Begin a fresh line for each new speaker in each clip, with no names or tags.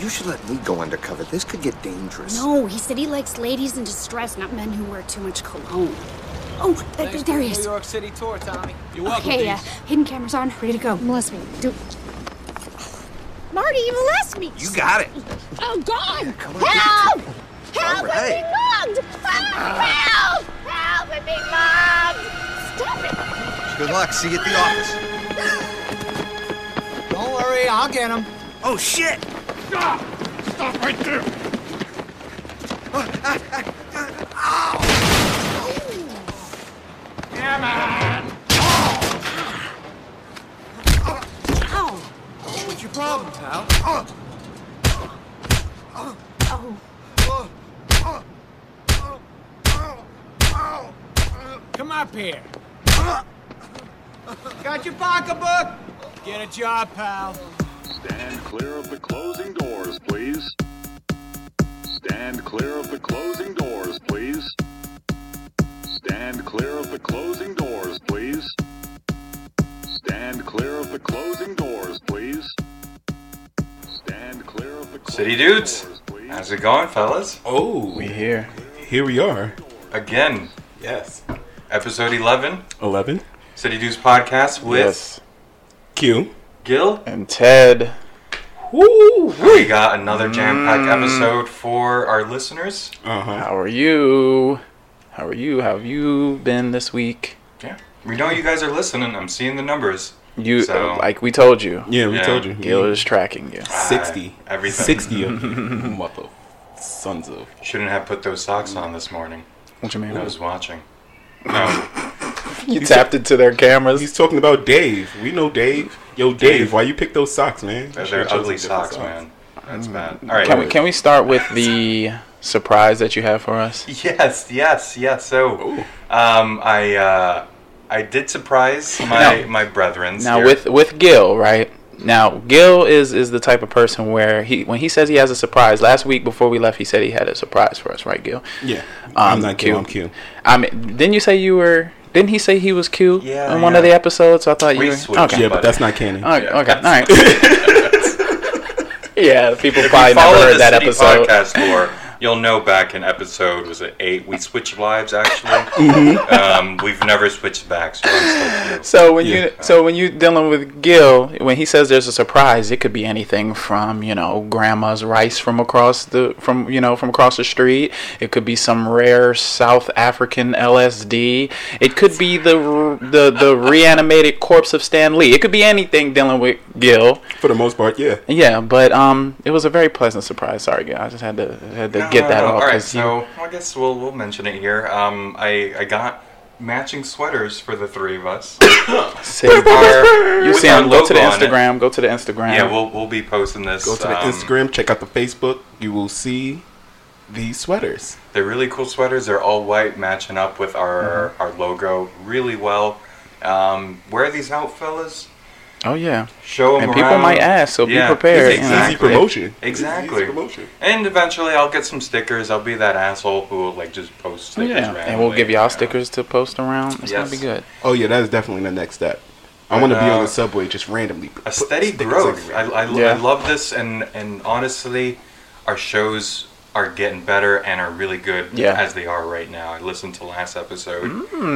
You should let me go undercover. This could get dangerous.
No, he said he likes ladies in distress, not men who wear too much cologne. Oh, th- th-
Thanks for
there
the
he is.
New York City tour, Tommy. You're welcome.
Okay, uh,
Deez.
yeah. Hidden cameras on, ready to go. Molest me. Do. Marty, you molest me!
You got it.
Oh, God!
Come on.
Help!
All
Help! I'm
right. Ah.
being mugged! Help! Help! I'm being mugged! Stop it!
Good luck. See you at the office.
Don't worry, I'll get him.
Oh shit!
Stop right there!
Ow!
What's your problem, pal?
Oh,
Come up here. Got your pocketbook? Get a job, pal.
Stand clear of the closing doors, please. Stand clear of the closing doors, please. Stand clear of the closing doors, please. Stand clear of the closing doors, please. Stand clear of the
City
closing
dudes.
doors, please.
How's it going, fellas?
Oh,
We here.
here we are.
Again,
Yes.
episode 11,
11.
City Dudes podcast with
Yes.
Q.
Gil.
And Ted.
Woo!
We got another jam-packed episode for our listeners.
Uh huh.
How are you? How are you? How have you been this week?
Yeah, we know you guys are listening. I'm seeing the numbers.
You
So-
like we told you.
Yeah, we
Yeah.
told you.
Gil is tracking you.
60.
Uh, everything.
60 of mother sons of.
Shouldn't have put those socks on this morning.
What you mean?
I was watching. No,
You tapped into their
He's
cameras.
talking about Dave. We know Dave. Yo, Dave,
Dave.
why you pick those socks, man? You should've
they're
chosen
ugly
different
socks, man. That's bad. All right.
Can we can we start with the surprise that you have for us?
Yes, yes, yes. So,
Ooh.
um, I uh, I did surprise my my brethren.
Now with with Gil, right? Now Gil is is the type of person where he when he says he has a surprise. Last week before we left, he said he had a surprise for us, right, Gil?
Yeah. I'm
Um,
not Q.
Q.
I'm Q.
I mean, didn't you say you were? Didn't he say he was cute
Yeah,
in one
yeah.
of the episodes? I thought
We
you were.
switched.
Okay.
Yeah,
Buddy.
but that's not canon.
Oh,
Yeah,
okay. All right. yeah, people probably never
follow the
heard that
City
episode.
podcast lore. You'll know back in episode was it eight? We switched lives actually. um, we've never switched back, so I'm still Q.
Mm-hmm. So when
Yeah.
you so when you dealing with Gil, when he says there's a surprise, it could be anything from you know grandma's rice from across the from you know from across the street. It could be some rare South African LSD. It could be the r- the the reanimated corpse of Stan Lee. It could be anything dealing with Gil.
For the most part, yeah.
Yeah, but um, it was a very pleasant surprise. Sorry, Gil, I just had to had to
No,
get
no,
that
no.
off.
Uh, All right,
'cause you-
so I guess we'll we'll mention it here. Um, I I got matching sweaters for the three of us.
Save
Our-
You
with
see
our
him. Go to the
logo on it.
Instagram. Go to the Instagram.
Yeah, we'll we'll be posting this.
Go to the
um,
Instagram, check out the Facebook. You will see these sweaters.
They're really cool sweaters. They're all white, matching up with our
Mm-hmm.
our logo really well. Um, wear these out, fellas.
oh yeah.
Show them
And people might ask, so be prepared,
It's
you know.
easy promotion. It's
Exactly.
Easy promotion.
And eventually, I'll get some stickers. I'll be that asshole who will like just post stickers.
yeah,
randomly,
and we'll give y'all
you know.
stickers to post around. It's
Yes.
gonna be good.
Oh yeah, that is definitely the next step. I want to
But,
be on
uh,
the subway just randomly. p-
A
put
steady
stickers
growth. I,
everywhere.
I,
Yeah.
I love this, and and honestly, our shows are getting better and are really good
Yeah. Mm.
as they are right now. I listened to last episode,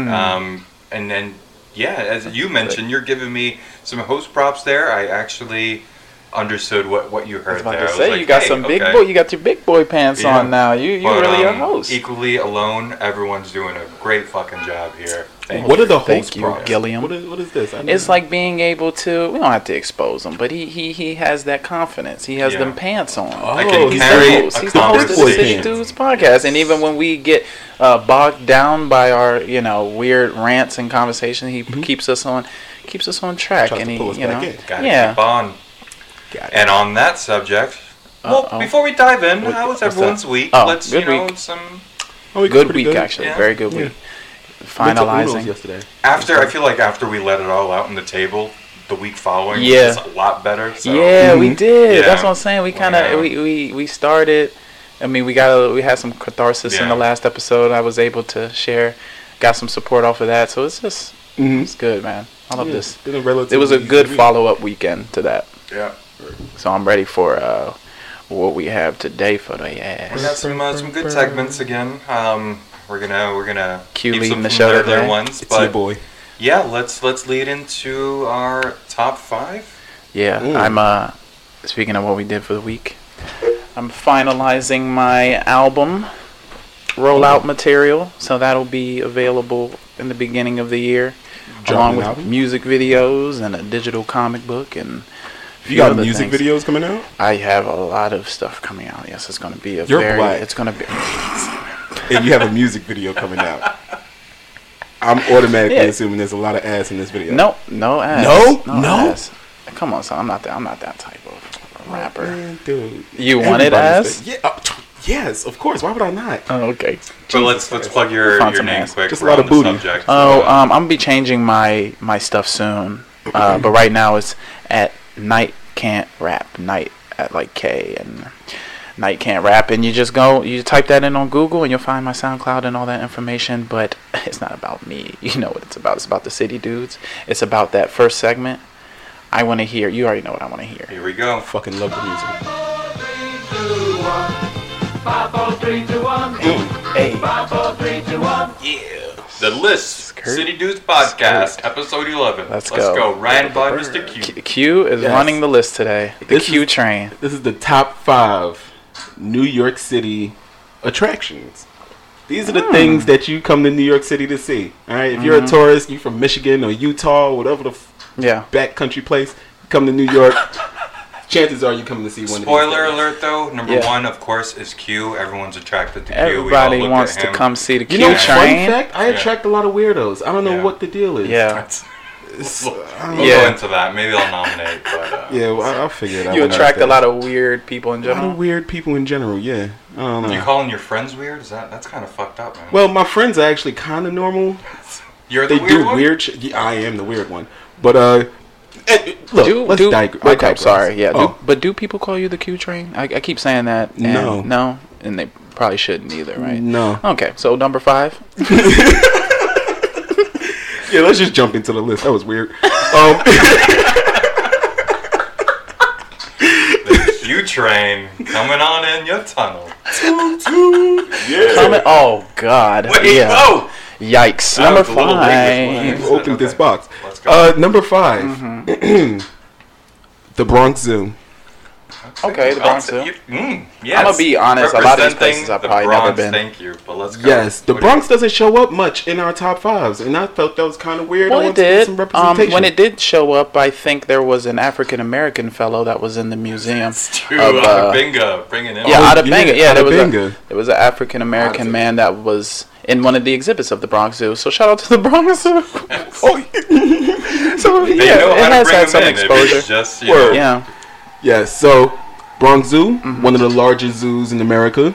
um, and then yeah, as you mentioned, you're giving me some host props there. I actually understood what what you
I
heard
was about
there.
to
I was
say
like,
you got
hey,
some big
okay.
boy. You got your big boy pants
Yeah.
on now. You you
But,
really
um,
a host.
Equally alone, everyone's doing a great fucking job here. Thank
What
you.
are the
Thank
host
you,
props?
Gilliam.
What is, what is this? I don't
It's
know.
like being able to. We don't have to expose him, but he he he has that confidence. He has
Yeah.
them pants on.
I
Oh,
can
he's
carry
the
a
He's the host of the City
conversation.
Dudes podcast, and even when we get uh, bogged down by our you know weird rants and conversation, he keeps us on keeps us on track,
Mm-hmm. Tries
and
to
he
pull us
you know
back in.
Gotta
yeah.
keep on.
Got it.
And on that subject, well,
Uh-oh.
before we dive in, how was
what's that?
everyone's week?
Oh,
Let's
good
you know
week.
some.
Oh, we got
Good
pretty
week actually,
Yeah.
very good
Yeah.
week.
Went to Uno's
Finalizing.
yesterday.
After I feel like after we let it all out on the table, the week following
Yeah.
was a lot better. So. mm-hmm.
Yeah, we did.
Yeah. Oh,
That's what I'm saying. We kind of
Yeah.
we, we we started. I mean, we got a, we had some catharsis in the
Yeah.
last episode. I was able to share, got some support off of that. So it's just
Mm-hmm.
Mhm.
it's good, man. I love
Yeah,
this.
been a relatively
It was a good
easy week.
follow up weekend to that.
yeah.
So I'm ready for uh, what we have today for the ass.
We got some uh, some good segments again. Um, we're gonna we're gonna
Q
keep
leading
some
the
from
show
their- their
today.
ones,
It's your
but
boy.
yeah, let's let's lead into our top five.
Yeah,
Ooh.
I'm uh speaking of what we did for the week. I'm finalizing my album rollout
Mm.
material, so that'll be available in the beginning of the year
Dropping
along
an
with
album?
music videos and a digital comic book and a
You
few
got
other
music
things.
videos coming out?
I have a lot of stuff coming out. Yes, it's going to be a
You're
very
black.
it's going to be
and you have a music video coming out. I'm automatically
Yeah.
assuming there's a lot of ass in this video.
No, no ass.
No? No?
ass. Come on, son. I'm not that I'm not that type of rapper.
Man, dude.
You
Everybody's
wanted ass?
the- Yeah. uh, t- yes, of course. Why would I not?
Oh, okay.
But let's let's plug your,
Found
your
some
name
ass.
quick.
Just a
We're
lot
on
of
the
booty.
subject.
Oh,
so, uh,
um, I'm gonna be changing my my stuff soon, uh, but right now it's at night can't rap night at like K and night can't rap, and you just go you type that in on Google and you'll find my SoundCloud and all that information. But it's not about me. You know what it's about? It's about the city dudes. It's about that first segment. I want to hear. You already know what I want to hear.
here we go.
Fucking love the music.
The list
Skirt.
City Dudes podcast episode eleven.
Let's
Let's go.
go.
Ryan by Mr. Q.
Q, Q is
Yes.
running the list today. The
This
Q
is-
train.
This is the top five New York City attractions. These are the
Hmm.
things that you come to New York City to see. All right, if you're
Mm-hmm.
a tourist, you from Michigan or Utah, or whatever the f-
Yeah.
backcountry place, you come to New York. chances are you coming to see one.
Spoiler
of these things.
alert, though. Number
Yeah.
one, of course, is Q. Everyone's attracted to Q. We all
Everybody
looked
wants
at
to
him.
come see the
You
Q
know,
train.
fun fact: I
Yeah.
attract a lot of weirdos. I don't know
Yeah.
what the deal is.
Yeah.
It's-
We'll
Yeah.
go into that. Maybe I'll nominate. But uh,
yeah. Well, I- I'll figure it out.
You
when I
attract a
think.
lot of weird people in
A lot of
general.
weird people in general. Yeah. I don't know.
you calling your friends weird? Is that that's kind of fucked up, man?
well, my friends are actually kind of normal.
you're the
They
weird
do
one?
weird. shit. yeah, I am the weird one. But uh, eh, eh, look,
Do,
let's
do,
dig- I
okay, I'm
digress.
sorry. Yeah, do-
Oh,
but do people call you the Q train? I, I keep saying that. And
No.
no, and they probably shouldn't either, right?
No.
Okay, so number five.
yeah. Let's just jump into the list. That was weird. Um,
The Q train coming on in your tunnel.
Comment. Oh God.
Wait,
yeah.
whoa!
Yikes.
That
Number
was a little
five.
late,
you opened this box.
Let's go. Mm-hmm.
Uh, number 5 the Bronx Zoo.
Okay, the Bronx.
I'll say-
Zoo.
you- mm, yes.
gonna be honest, a lot of these places
Representing
I've
the
probably never
Bronx,
been.
Thank you. But let's go.
Yes, the
What do you-
Bronx doesn't show up much in our top fives, and I felt that was kind of weird. I
Well, it
wanted to get
did.
Some
Um,
representation.
when it did show up, I think there was an African American fellow that was in the museum.
Dude,
of, uh,
uh, bingo, bringing in.
Yeah,
Oh,
Atabanga.
yeah,
Yeah, there was
Atabanga.
a, there was an African American man that was in one of the exhibits of the Bronx Zoo. So shout out to the Bronx Zoo. oh, yeah. so oh, yeah,
They know
it
how to
has
bring
had some
them in. Maybe it's
exposure.
Just, you
Word.
know,
Yeah,
Yes, so Bronx Zoo, one of the largest zoos in America.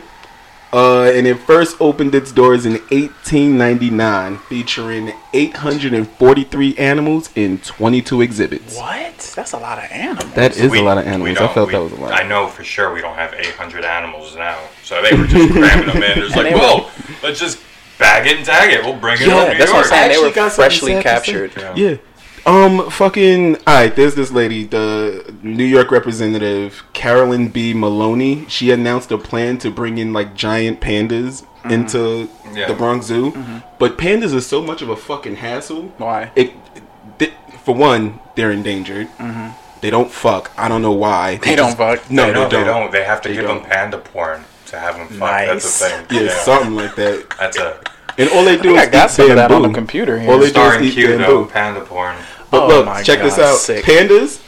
Uh, and it first opened its doors in 1899, featuring 843 animals in 22 exhibits.
what? That's a lot of animals.
That is
we-
a lot of
we
animals. I
don't-
felt
we-
that was a lot.
I know for sure we don't have 800 animals now, so they were just cramming them in. It's like,
they were-
whoa, let's just bag it and tag it. We'll bring it
Yeah,
over to New
that's what I'm
York.
saying. And they
actually
were
got something
freshly
sad to say.
captured.
Yeah.
Yeah. Um, fucking. Alright, there's this lady, the New York representative, Carolyn B. Maloney. She announced a plan to bring in, like, giant pandas
Mm-hmm.
into
Yeah.
the Bronx Zoo. But pandas are so much of a fucking hassle.
Why?
It, th- for one, they're endangered. They don't fuck. I don't know why.
Mm-hmm. They don't fuck.
No,
they, don't,
they
they don't. They have to
They
give
don't.
them panda porn to have them fuck. That's
Nice.
a thing.
Yeah, something like that.
That's a
And all they do
I
is
got
eat
some of that
bamboo.
on the computer here.
All they do
starring
is eat
Q though.
bamboo.
Panda porn.
But
Oh
look,
my
check this
God,
out.
sick.
Pandas,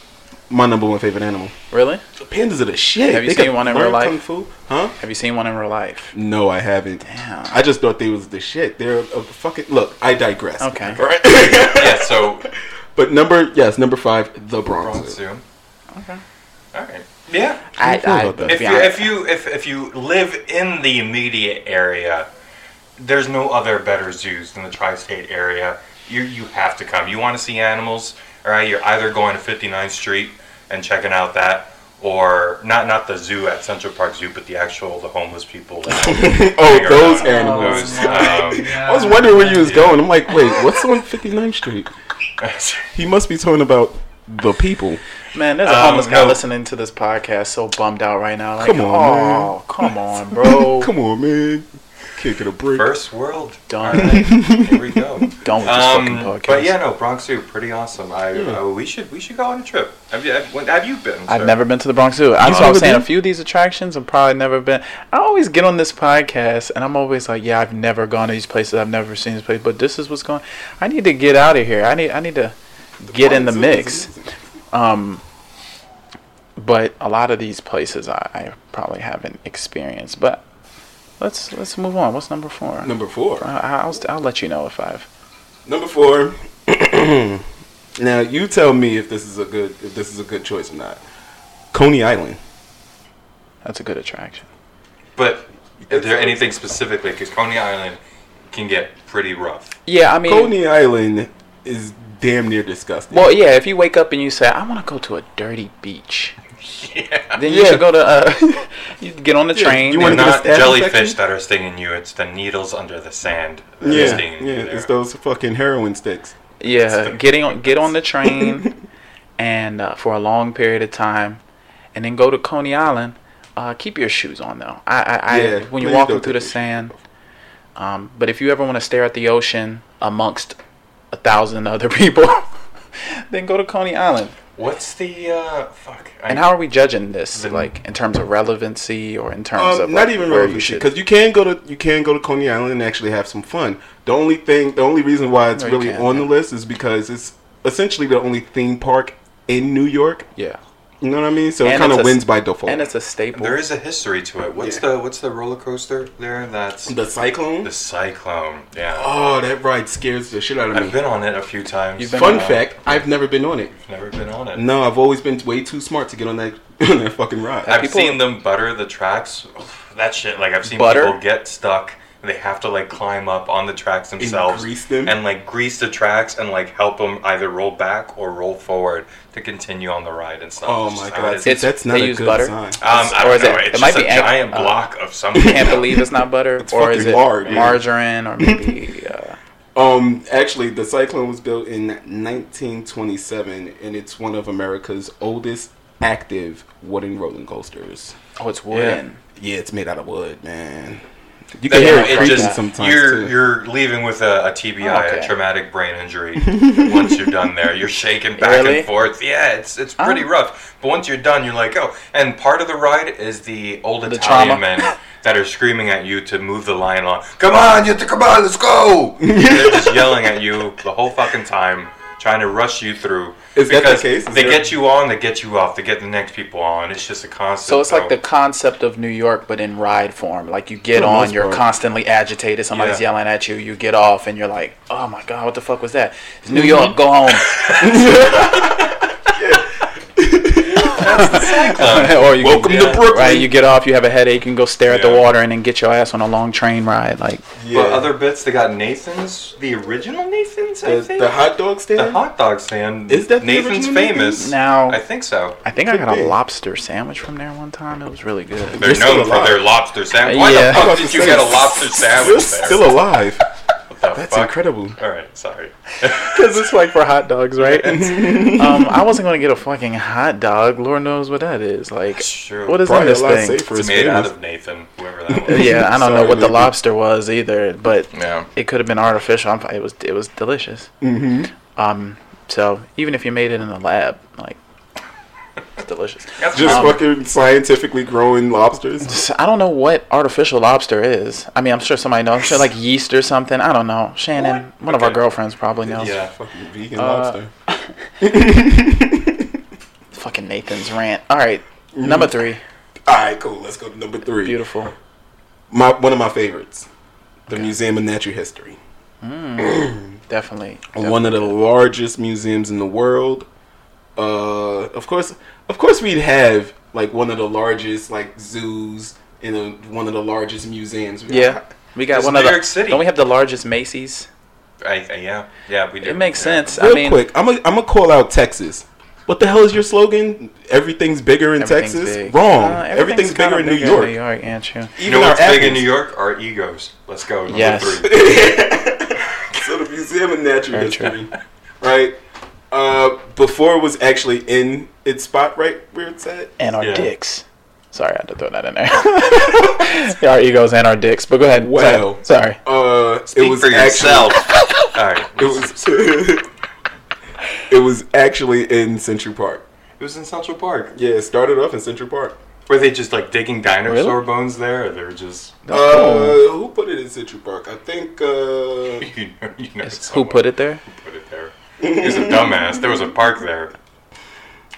my number one favorite animal.
Really?
Pandas are the shit.
Have you
They can
seen one in
learn
real life?
Kung Fu. Huh?
Have you seen one in real life?
No, I haven't.
Damn.
I just thought they was the shit. They're a fucking look. I digress.
Okay.
Yeah. So
But number yes, number five, the Bronx.
Bronx
Zoo.
Zoo. Okay. All right. Yeah.
I,
feel about that?
to
If
be
you,
honest-
if you if if you live in the immediate area, there's no other better zoos than the tri-state area. You you have to come. You want to see animals, all right? You're either going to 59th Street and checking out that, or not not the zoo at Central Park Zoo, but the actual the homeless people. That
Oh,
hang
those
around.
animals.
Those,
Oh,
um,
I was
Um,
wondering where you was going. I'm like, wait, what's on 59th Street? He must be talking about the people.
Man, there's a
Um,
homeless guy
no.
listening to this podcast so bummed out right now. Like,
Come on,
oh, come on, bro.
Come on, man. Kick it a break.
First world.
Darn.
All right, Here we go.
Done with this
Um,
fucking podcast.
but yeah, no, Bronx Zoo, pretty awesome. I uh, we should we should go on a trip. Have you have, when- have you been?
I've
sir?
never been to the Bronx Zoo. That's what I'm
never
saying. A
been?
few of these attractions, I've probably never been. I always get on this podcast, and I'm always like, "Yeah, I've never gone to these places. I've never seen this place." But this is what's going. I need to get out of here. I need. I need to get in the
Bronx Zoo is
mix. Um, but a lot of these places I, I probably haven't experienced. But let's let's move on. What's number four?
Number four.
I, I'll I'll let you know if I've.
Number four. now you tell me if this is a good if this is a good choice or not. Coney Island.
That's a good attraction.
But is there anything specifically? Because Coney Island can get pretty rough.
Yeah, I mean,
Coney Island is damn near disgusting.
Well, yeah, if you wake up and you say, I want to go to a dirty beach,
Yeah.
then you
Yeah.
should go to, uh, you get on the
Yeah,
train.
you
They're
wanna get a
not
staff
jellyfish
infection?
that are stinging you. It's the needles under the sand that are
yeah,
stinging
yeah,
you. There.
it's those fucking heroin sticks.
yeah, getting on, get on the train and uh, for a long period of time and then go to Coney Island. Uh, keep your shoes on, though. I, I, I
Yeah,
When you're
please
walking
don't
through the
take your shoes
sand, um, but if you ever want to stare at the ocean amongst a thousand other people, then go to Coney Island.
What's the uh, fuck? I-
And how are we judging this,
The-
like in terms of relevancy or in terms of
Um, not
like,
even
where
really
you should-
because you can go to you can go to Coney Island and actually have some fun. The only thing, the only reason why it's
No, you
really
can't,
on
yeah.
the list is because it's essentially the only theme park in New York.
yeah,
You know what I mean? So it
And
kind
it's
of
a-
wins by default.
and it's a staple.
There is a history to it. What's
Yeah.
the what's the roller coaster there? That's
the cyclone.
the cyclone. Yeah.
Oh, that ride scares the shit out of me.
I've been on it a few times.
You've been
Fun
on it?
fact: I've never been on it.
Never been on it.
No, I've always been way too smart to get on that on that fucking ride.
I've
people-
seen them butter the tracks. Oof, That shit, like I've seen
Butter?
people get stuck. and They have to like climb up on the tracks themselves
grease them?
and like grease the tracks and like help them either roll back or roll forward to continue on the ride and stuff.
oh
It's
my
just how
god,
it is.
see,
It's-
that's not
they
a
use
good
butter?
sign.
um, I
or
don't
is
know.
it-
It's
it might
just
be
a
ang-
giant
uh,
block of something.
can't believe it's not butter, or is
fucking
it
hard, yeah.
margarine, or maybe uh,
Um, actually, the Cyclone was built in 1927, and it's one of America's oldest active wooden rolling coasters.
oh, it's wooden.
Yeah, it's made out of wood, man. You
That-
can hear
it
it creaking
just-
sometimes
You're
too.
you're leaving with a, a TBI,
Oh, okay.
a traumatic brain injury. once you're done there, you're shaking back
Really?
and forth. Yeah, it's it's pretty
Oh.
rough. But once you're done, you're like, oh. And part of the ride is the old
The
Italian
trauma.
men that are screaming at you to move the line on. Come on, you come on, let's go. They're just yelling at you the whole fucking time. Trying to rush you through.
Is that the
Because
case? Is
they
there-
get you on, they get you off, they get the next people on. It's just a constant.
So it's like the concept of New York, but in ride form. Like you get
the
on,
most
you're
part.
constantly agitated. Somebody's
Yeah.
yelling at you. You get off, and you're like, "Oh my god, what the fuck was that?" It's
Mm-hmm.
New York. Go home. or you
Welcome
can,
to
yeah,
Brooklyn.
right, you get off, you have a headache, you can go stare at the
Yeah.
water, and then get your ass on a long train ride. Like,
yeah.
But other bits, they got Nathan's, the original Nathan's, I
the,
think.
the hot dog stand.
The hot dog stand.
Is that the
Nathan's
original
famous?
Now-
I think so.
I think I got
be.
a lobster sandwich from there one time. It was really good.
They're
You're still
known for
alive.
their lobster sandwich. Why
Uh, Yeah.
the
I
fuck did you get a lobster
You're
sandwich there?
still alive.
What the
That's
fuck?
incredible.
All right, sorry.
Because it's like for hot dogs, right? um, I wasn't gonna get a fucking hot dog. Lord knows what that is. Like,
Sure.
what is in
Probably a
this
lot
thing?
safer.
It's
It's
made out
famous.
of Nathan, whoever that was.
Yeah, I don't know
Sorry,
what the
Nathan.
lobster was either, but
Yeah.
it could have been artificial. I'm, it was it was delicious. Mm-hmm. Um, so even if you made it in the lab, like, it's delicious.
Just fucking scientifically growing lobsters.
So I don't know what artificial lobster is. I mean, I'm sure somebody knows. I'm sure like yeast or something. I don't know. Shannon,
What?
one of our
Okay.
girlfriends probably knows.
Yeah.
Fucking vegan lobster.
Fucking Nathan's rant. All right, number three.
All right, cool. Let's go to number three.
Beautiful.
My one of my favorites, the Museum of Natural History.
Definitely.
one of the largest museums in the world. Uh, of course, of course, we'd have like one of the largest like zoos and uh one of the largest museums. We
Yeah. We got
It's
one
New
of the.
York City.
Don't we have the largest Macy's?
I, I- yeah. Yeah, we do.
It makes
Yeah.
sense.
Real
I mean,
quick, I'm gonna I'm gonna call out Texas. What the hell is your slogan? Everything's bigger in
everything's
Texas.
big.
Wrong.
Uh,
everything's,
kinda
bigger in New
bigger
York.
New York, ain't you?
You know
our
what's big in
apples.
New York? Our egos. Let's go. Number
Yes.
three.
so the Museum of Natural
Very
History, right? Uh, before it was actually in its spot right where it's at.
and our
Yeah.
dicks. Sorry, I had to throw that in there. our egos and our dicks. But go ahead.
Wow.
Sorry.
Uh, it
Speak
was
for
actually
yourself.
All right.
it was it was actually in Central Park.
It was in Central Park.
Yeah, it started off in Central Park.
Were they just like digging dinosaur bones there, or they were just
Uh, who put it in Central Park? I think uh,
you know, you know
Who put it there?
Put it there. He's a dumbass. There was a park there.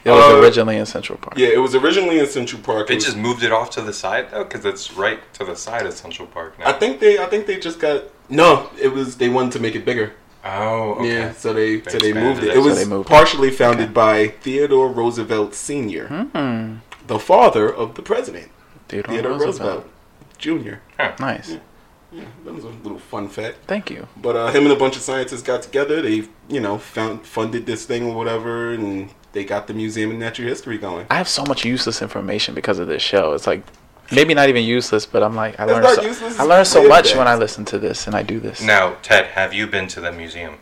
It was
Uh,
originally in Central Park.
yeah, it was originally in Central Park.
They
It was-
just moved it off to the side though, because it's right to the side of Central Park now.
I think they I think they just got no. It was they wanted to make it bigger.
oh, okay.
Yeah, so they so they
expanded
moved
it.
it. It
So
was
they moved it.
partially founded by Theodore Roosevelt Senior, the father of the president,
Theodore
Theodore
Oh, Roosevelt.
Roosevelt, Junior.
Nice.
That was a little fun fact.
Thank you.
But uh, him and a bunch of scientists got together. They you know found funded this thing or whatever, and they got the Museum of Natural History going.
I have so much useless information because of this show. It's like maybe not even useless, but I'm like I learned
not
so,
useless,
I
it's
learned so
weird
much
that-
when I listen to this and I do this.
Now, Ted, have you been to the museum?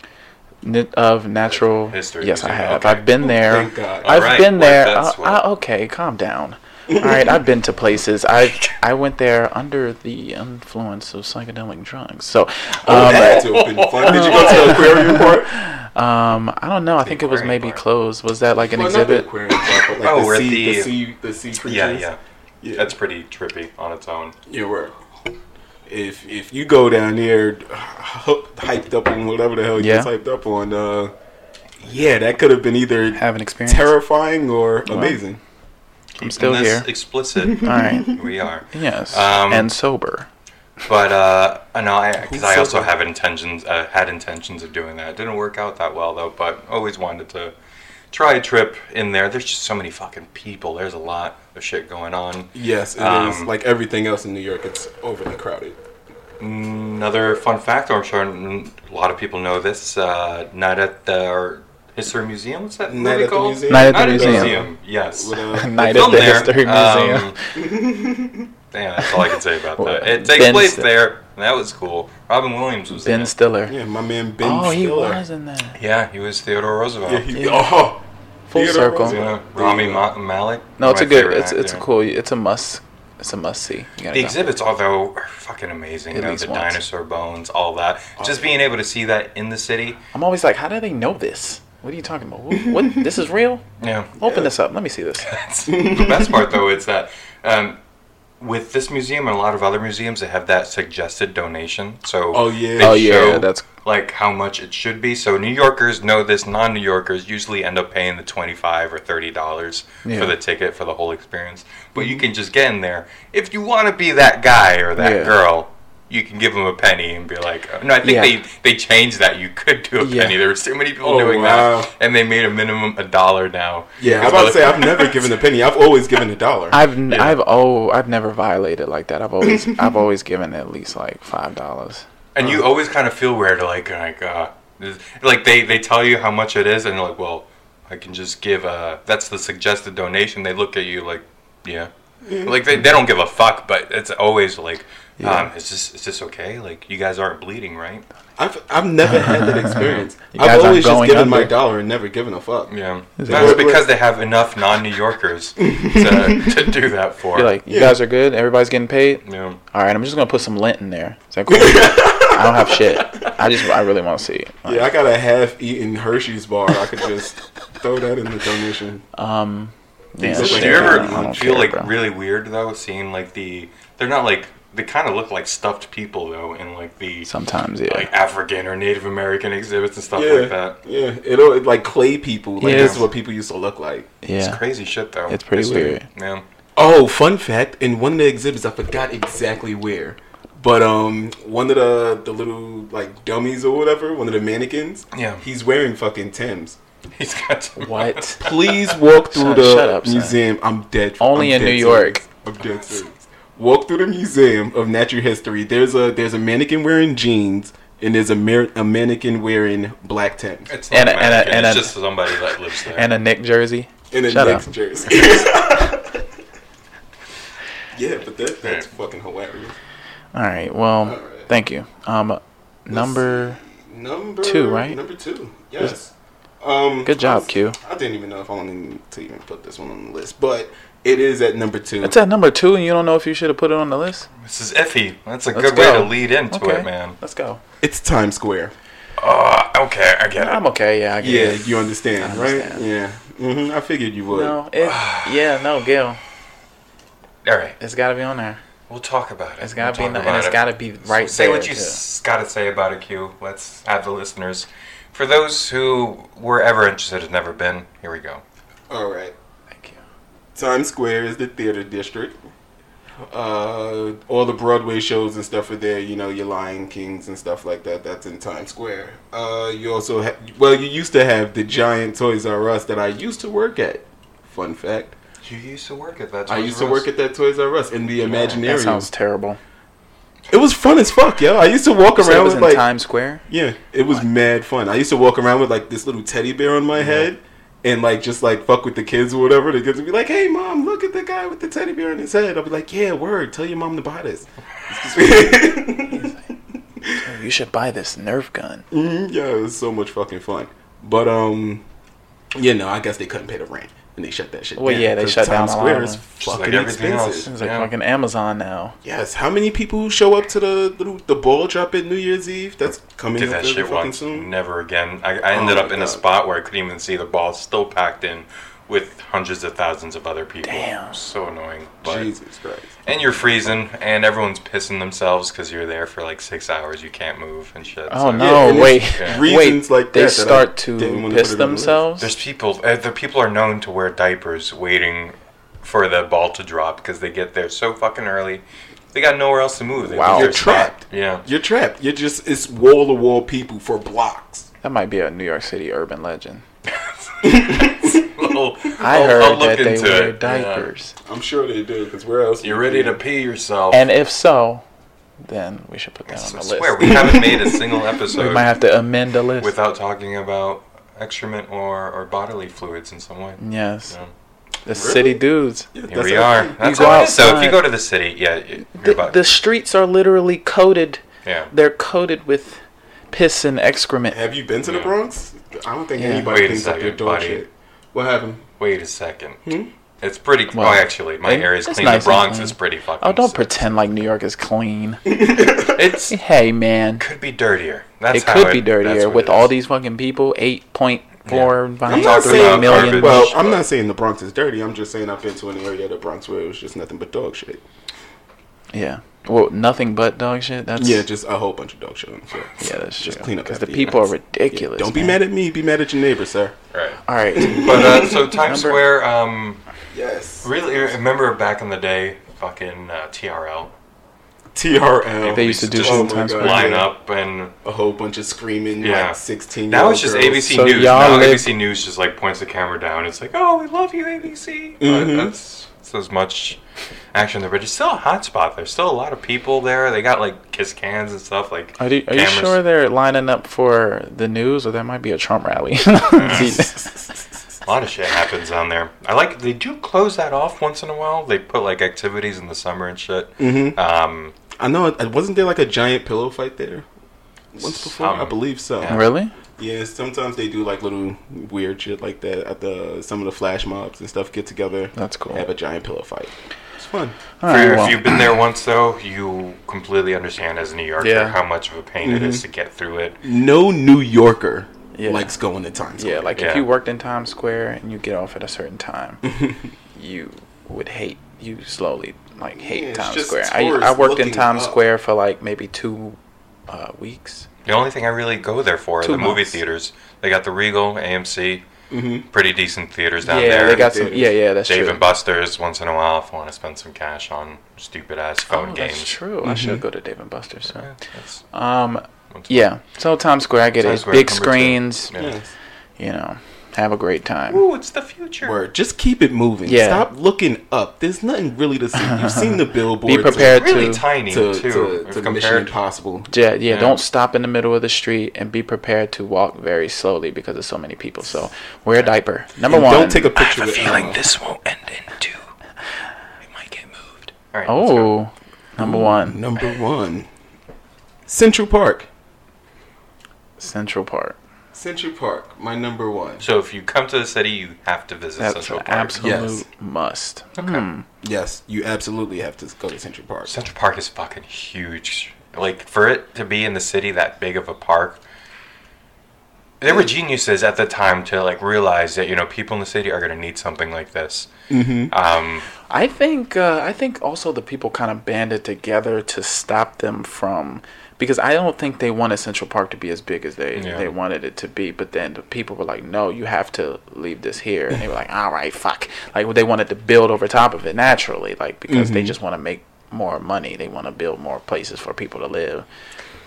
Ni- of natural
History
Yes, I
Museum,
have.
okay.
I've been there.
thank God.
I've
Alright,
been
well,
there.
that's
I-
what-
I- okay, calm down. All right, I've been to places. I I went there under the influence of psychedelic drugs. So,
That
um,
had to have been fun. Did you go to the aquarium part?
um, I don't know. I think it was
aquarium
maybe
part.
closed. Was that like an
Well, not the
exhibit?
aquarium part, but like
Oh,
the,
we're at
sea, the,
the-
sea, the sea creatures.
Yeah, yeah,
yeah.
That's pretty trippy on its own.
Yeah, where if if you go down there hyped up on whatever the hell you
Yeah.
was hyped up on, uh, yeah, that could have been either
Have an experience.
terrifying or amazing.
I'm still
Unless
here.
Explicit.
All right.
we are.
Yes.
Um,
and sober.
But uh, no, I because I
said
also
that?
have intentions. Uh, had intentions of doing that. It didn't work out that well though. But always wanted to try a trip in there. There's just so many fucking people. There's a lot of shit going on.
Yes, it is
Um,
like everything else in New York. It's overly crowded.
Another fun fact, or I'm sure n- a lot of people know this. Uh, night at the or History Museum. What's that
Night
movie
at the
called?
museum.
Night at the
Night
museum.
Yes.
With, uh,
Night at
Filmed
the
there.
History Museum.
Um, damn, that's all I can say about that. It takes
Ben
place
Sti-
there. and That was cool. Robin Williams was in
ben
it.
Stiller.
yeah, my man Ben
Oh, he
Stiller.
was in that.
Yeah, he was Theodore Roosevelt.
Yeah, he, oh,
Full
Theodore
circle.
Roosevelt.
Yeah, Rami Ma- Malik.
No, it's
my
a good.
favorite
It's it's a
actor.
cool. It's a must. It's a must see. You gotta
The
go.
exhibits, although, are fucking amazing.
At
though,
least
the
once.
dinosaur bones, all that. Just being able to see that in the city.
I'm always like, how do they know this? What are you talking about? What? what this is real?
Yeah.
Open this up. Let me see this.
That's- the best part, though, is that um, with this museum and a lot of other museums, they have that suggested donation. So
Oh, yeah.
they
Oh,
yeah,
show,
that's-
like how much it should be. So New Yorkers know this. Non-New Yorkers usually end up paying the twenty-five or thirty dollars
Yeah. Mm-hmm.
for the ticket for the whole experience. But you can just get in there if you want to be that guy or that
Yeah.
girl. You can give them a penny and be like, "Oh, no, I think
Yeah.
they, they changed that. You could do a
Yeah.
penny. There were so many people
Oh,
doing
wow.
that, and they made a minimum a dollar now.
Yeah, I'm
Because
about to
other-
say I've never given a penny. I've always given a dollar.
I've n have oh I've never violated like that. I've always I've always given at least like five dollars.
And you always kind of feel weird, like like uh, this- like they they tell you how much it is, and you're like, well, I can just give. Uh, that's the suggested donation. They look at you like, yeah, like they, they don't give a fuck. But it's always like, um, is this is this okay? Like you guys aren't bleeding, right?
I've I've never had that experience.
guys
I've
aren't
always just
going
given my
under.
dollar and never given a fuck.
Yeah,
that-
that's because they have enough non-New Yorkers to, to do that for.
You're like, you guys are good. Everybody's getting paid.
yeah.
All right, I'm just gonna put some lint in there. Is that cool? I don't have shit. I just I really want to see it.
Yeah, I got a half-eaten Hershey's bar. I could just throw that in the donation.
Yeah,
Do
shit,
you
I don't- I
ever
don't
feel
care,
like
bro.
really weird though, seeing like the they're not like they kind of look like stuffed people though, in like the
sometimes? Yeah,
like African or Native American exhibits and stuff
yeah,
like that.
yeah. It'll it, like clay people. Like
Yeah.
this is what people used to look like.
yeah.
It's crazy shit though.
It's pretty
History.
weird.
Yeah.
Oh, fun fact! In one of the exhibits, I forgot exactly where, but um, one of the the little like dummies or whatever, one of the mannequins.
Yeah.
he's wearing fucking Tim's.
He's got some
What?
Please walk through
Shut-
the
shut up, son.
museum. I'm dead.
Only
I'm
in
dead
New York.
serious. I'm dead serious. Walk through the museum of natural history. There's a there's a mannequin wearing jeans, and there's a mer- a mannequin wearing black Timbs
It's not
And
and
a- and a- and
it's
a-
just somebody that lives there.
And a Nick jersey.
in a
Shut
Knicks
up.
jersey. yeah, but that, that's fucking hilarious.
All right. Well,
right.
thank you. Um, number.
Number
Two, right?
Number two. Yes. Um,
Good job, Q.
I didn't even know if I wanted to even put this one on the list, but it is at number two.
It's at number two, and you don't know if you should have put it on the list.
This is iffy. That's a
Let's
good
go.
way to lead into
okay.
it, man.
Let's go.
It's Times Square.
Uh, okay, I get it.
I'm okay. Yeah, I get
Yeah,
it.
you understand,
I understand.
right? Yeah. hmm I figured you would.
No, it, yeah, no, Gil.
All right,
It's got to be on there.
we'll talk about it.
It's got to
We'll
be,
talk
and it's
about it.
got to be right
say
there.
what you
too.
s- got to say about it, Q. Let's have the listeners. For those who were ever interested, have never been. Here we go.
All right.
Thank you.
Times Square is the theater district. Uh, all the Broadway shows and stuff are there. You know, your Lion Kings and stuff like that. That's in Times Square. Uh, you also ha- well, you used to have the giant Toys R Us that I used to work at. Fun fact:
You used to work at that.
I used to work at that Toys R Us in the
That
Imaginarium.
sounds terrible.
it was fun as fuck, yo. I used to walk
You said it
around
was
with
in
like
Times Square.
yeah, it was mad fun. I used to walk around with like this little teddy bear on my head and like just like fuck with the kids or whatever. The kids would be like, "Hey, mom, look at the guy with the teddy bear on his head." I'll be like, "Yeah, word. Tell your mom to buy this."
You should buy this Nerf gun.
Mhm, yeah, it was so much fucking fun. But um, yeah, no, I guess they couldn't pay the rent and they shut that shit.
Well,
down
yeah, they
'cause
shut down a lot of them.
fucking
like everything else.
expensive.
It's like
Yeah.
fucking Amazon now.
Yes, how many people show up to the little, the ball drop at New Year's Eve? That's coming
Did
up
that
really
shit
fucking
once.
soon.
Never again. I, I
Oh
ended
my
up in a
God.
spot where I couldn't even see the ball, still packed in with hundreds of thousands of other people.
Damn.
So annoying. But
Jesus Christ.
and you're freezing, and everyone's pissing themselves because you're there for like six hours. You can't move and shit. so.
Oh no!
and
wait,
it's
Yeah.
wait.
reasons like
they
that that I
start
didn't
to
wanna
piss
put it on the list.
themselves.
There's people. Uh, the people are known to wear diapers waiting for the ball to drop because they get there so fucking early. They got nowhere else to move. They
Wow.
leave
You're
their spot.
trapped.
Yeah.
You're trapped. You're just it's wall to wall people for blocks.
That might be a New York City urban legend.
I'll-
I
I'll-
heard
I'll look
that they
into
wear
it.
diapers.
I'm sure they do because where else?
Yeah. You're ready to pee yourself.
And if so, then we should put that on
I
the
swear
list.
we haven't made a single episode
We might have to amend the list.
without talking about excrement or, or bodily fluids in some
Mm.
way.
yes,
Yeah.
the city dudes.
Here we are. That's
go
how it is. So if
outside.
you go to the city, yeah, you- you're
The,
about,
the streets are literally coated.
yeah.
They're coated with piss and excrement.
Have you been to the
Yeah.
Bronx? I don't think
Yeah.
anybody
Wait a
thinks up
second,
your dog
buddy.
shit. What happened?
Wait a second. It's pretty.
Hmm? Well,
oh, actually, my
it-
area's
it's
clean.
nice
the
and
Bronx
clean.
is pretty fucking.
Oh, don't
sick.
pretend like New York is clean.
It's
hey, man.
could be dirtier. That's
it
how
could be
that's
dirtier
what
with
it
all
is.
these fucking people. Eight point four
I'm not
point five three
saying
million.
garbage.
Well, I'm not saying the Bronx is dirty. I'm just saying I've been to an area of the Bronx where it was just nothing but dog shit.
yeah. Well, nothing but dog shit. That's
Yeah, just a whole bunch of dog shit. On the floor.
yeah. That's just
clean up
because the
after
people are
yourselves.
ridiculous.
Don't be mad at me. Be mad at your neighbor, sir.
Right.
All right.
But uh, so Times Square. Um,
Yes.
really uh, remember back in the day, fucking uh, TRL
TRL.
They used to do
Just
shit in
oh my
Times
God.
Square.
line
Yeah.
up and
a whole bunch of screaming.
Yeah.
Like Sixteen.
Now it's just ABC
So
News.
y'all
Now
live-
ABC News just like points the camera down. It's like, oh, we love you, ABC. But
Mm-hmm.
that's, that's as much action there. But it's still a hot spot. There's still a lot of people there. They got like kiss cans and stuff. Like,
Are you, are you
cameras.
sure they're lining up for the news, or that might be a Trump rally? See,
A lot of shit happens down there. I like they do close that off once in a while. They put like activities in the summer and shit.
Mm-hmm.
Um,
I know. it- Wasn't there like a giant pillow fight there? Once before, I
Some.
believe so.
really?
Yeah, sometimes they do like little weird shit like that at the some of the flash mobs and stuff get together.
That's cool.
Have a giant pillow fight. It's fun.
All
for-
right.
if you've
Well,
been there once though, you completely understand as a New Yorker
Yeah.
how much of a pain it is
Mm-hmm.
to get through it.
No New Yorker
Yeah.
likes going to Times Square.
yeah. Like
Yeah.
if you worked in Times Square and you get off at a certain time, you would hate. You slowly like hate
Yeah, it's
Times
just
Square. I,
tourists
I worked in
looking
Times
up.
Square for like maybe two uh, weeks.
The only thing I really go there for are
Two
the movie
months. Mm-hmm.
theaters. They got the Regal, AMC, pretty decent theaters down
yeah,
there.
they got some.
Theaters.
Yeah, yeah, that's
Dave
true.
and Buster's once in a while if I want to spend some cash on stupid ass phone
Oh,
games.
That's true. I should go to Dave and Buster's. so.
Yeah, that's-
Um, yeah. So Times Square, I get
Times
it.
Square,
Big
number two.
screens.
Yeah.
Yes.
You know, have a great time.
Ooh, it's the future.
Word. Just keep it moving.
Yeah.
Stop looking up. There's nothing really to see. You've seen the billboards.
Be prepared
Really
to.
tiny
to,
too.
to,
if
to, Mission
compared,
Impossible.
Yeah, yeah,
Yeah.
don't stop in the middle of the street and be prepared to walk very slowly because there's so many people. So wear a diaper. Number
And
one.
Don't take a picture. with Elmo.
this won't end in two. It might get moved. All right. let's go.
Oh, number one.
Number one, Central Park.
Central Park.
Century Park, my number one.
So if you come to the city, you have to visit
That's
Central
an
Park.
absolute
Yes.
must.
Yes, you absolutely have to go to Century Park.
Central Park is fucking huge. Like for it to be in the city that big of a park, there were geniuses at the time to like realize that you know people in the city are gonna need something like this. Mm-hmm. Um,
I think uh, I think also the people kind of banded together to stop them from because I don't think they wanted Central Park to be as big as they
Yeah.
they wanted it to be. But then the people were like, "No, you have to leave this here," and they were like, "All right, fuck!" Like they wanted to build over top of it naturally, like because
Mm-hmm.
they just want to make more money. They want to build more places for people to live.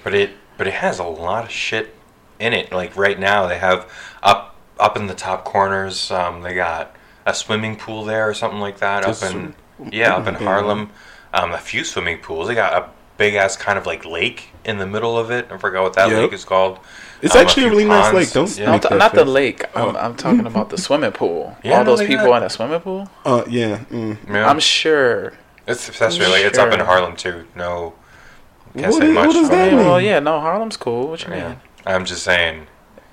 but it but it has a lot of shit in it. Like right now, they have up up in the top corners. Um, they got a swimming pool there or something like that. Up in yeah, up in Harlem, um, a few swimming pools. They got a big ass kind of like lake in the middle of it. I forgot what that
Yep.
lake is called.
It's
Um,
actually a
few
really nice
ponds.
lake. Don't
yeah. Oh.
make-
Not, the, not the
Perfect.
lake. I'm, I'm talking about the swimming pool.
Yeah,
All those
they
people
got-
in a swimming pool.
Uh, yeah. mm.
Yeah.
I'm sure.
it's that's really it's up in
Sure.
Harlem too. No, can't
What
say
is-
much.
what does
about
that
it.
mean?
Well, yeah, no, Harlem's cool. What you mean?
Yeah. I'm just saying.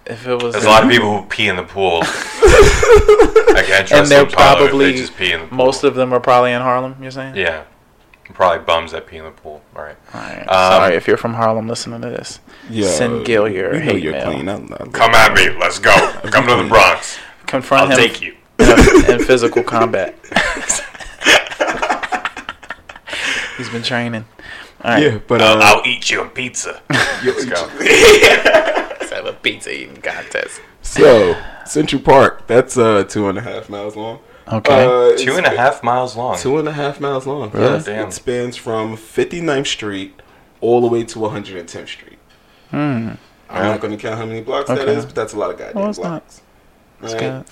If it was
There's a lot of people who pee in the pool. I can't trust
and they're
them to holler if
probably
they just pee in the pool.
most of them are probably in Harlem. You're saying?
yeah, probably bums that pee in the pool. All right,
All right.
Um,
Sorry if you're from Harlem listening to this.
Yeah.
Send Gil your
we know
hate
you're
mail.
clean. I, I,
come at me. Let's go. Come to the Bronx.
Confront
I'll
him
take you.
in, in physical combat. He's been training. All right.
yeah, but
I'll,
uh,
I'll eat you Um, a pizza. Let's go.
Let's have a pizza eating contest.
so Central Park. That's uh two and a half miles long.
Okay.
Uh,
Two
it's-
and a half miles long.
Two and a half miles long. Yes,
Damn.
it spans from 59th Street all the way to 110th Street. I'm not going to count how many blocks that
Hmm. Okay.
is, but that's a lot of goddamn
Well, it's not.
blocks.
It's
Right?
good.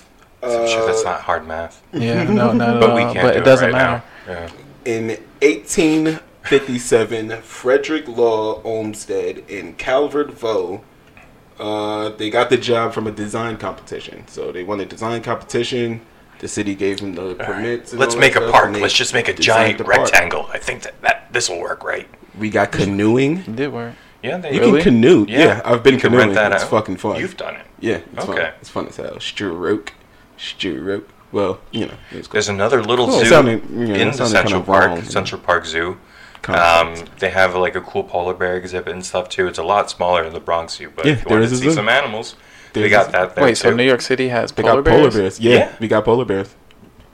Shit, that's not hard math.
Yeah. No. No. no
But we
no,
can't
Uh, but
do
it doesn't
right
matter.
now. Yeah.
In 1857, Frederick Law Olmsted and Calvert Vaux, uh, they got the job from a design competition. So they won a design competition. The city gave them the permits. and
Let's
all
make
that
a
stuff,
park.
and they
Let's just make a
designed
giant
the park.
rectangle. I think that, that this will work, right?
We got canoeing.
It did work.
Yeah, they
You
Really?
can canoe. Yeah,
Yeah,
I've been
you can
canoeing.
rent that
it's
out.
fucking fun.
You've done it.
Yeah, it's fun.
Okay.
It's fun as hell. Stroke, stroke. Well, you know, it's cool.
There's another little
Cool.
zoo
It sounded- yeah, it
in the
sounded
Central
kinda
Park,
wrong.
Central Park Zoo.
Kinda
Um,
wrong.
they have like a cool polar bear exhibit and stuff too. It's a lot smaller than the Bronx Zoo, but
Yeah,
if you
there
want
is
to
a
see
zoo.
some animals,
There's
we
a-
got that there
Wait. So
too.
New York City has
they
polar
got
bears.
polar bears. Yeah,
Yeah.
we got polar bears.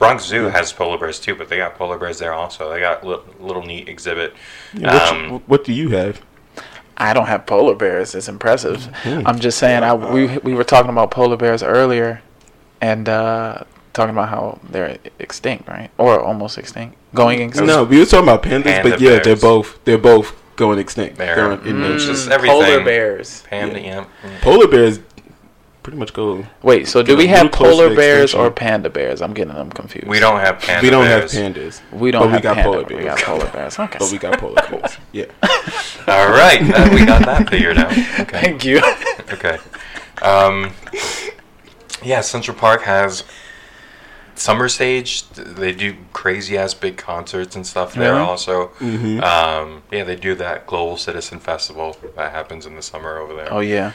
Bronx Zoo has polar bears too, but they got polar bears there also. They got li- little neat exhibit.
Yeah, what, you-
Um,
what do you have?
I don't have polar bears. It's impressive.
Hmm.
I'm just saying. I we we were talking about polar bears earlier, and uh, talking about how they're extinct, right? Or almost extinct, going extinct.
No, we were talking about pandas,
Panda
but yeah, they're
bears.
both they're both going extinct.
They're-
They're
Mm.
endangered.
just everything.
Hmm, polar bears.
Panda,
Yeah.
yeah.
Polar bears pretty much go.
Wait. So do
Get
we
a
have
little closer
polar
to
bears
extinction.
or panda bears? I'm getting them confused.
We don't have panda
we don't
bears.
have pandas.
We don't
But we
have
got
panda,
polar
but We got
bears.
polar bears. Okay.
But we got polar bears. Yeah.
All right, uh, we got that figured out. Okay.
Thank you.
Okay. Um, yeah, Central Park has summer stage. They do crazy ass big concerts and stuff there
Mm-hmm.
Really?
also. Um, yeah, they do that Global Citizen Festival that happens in the summer over there.
oh yeah.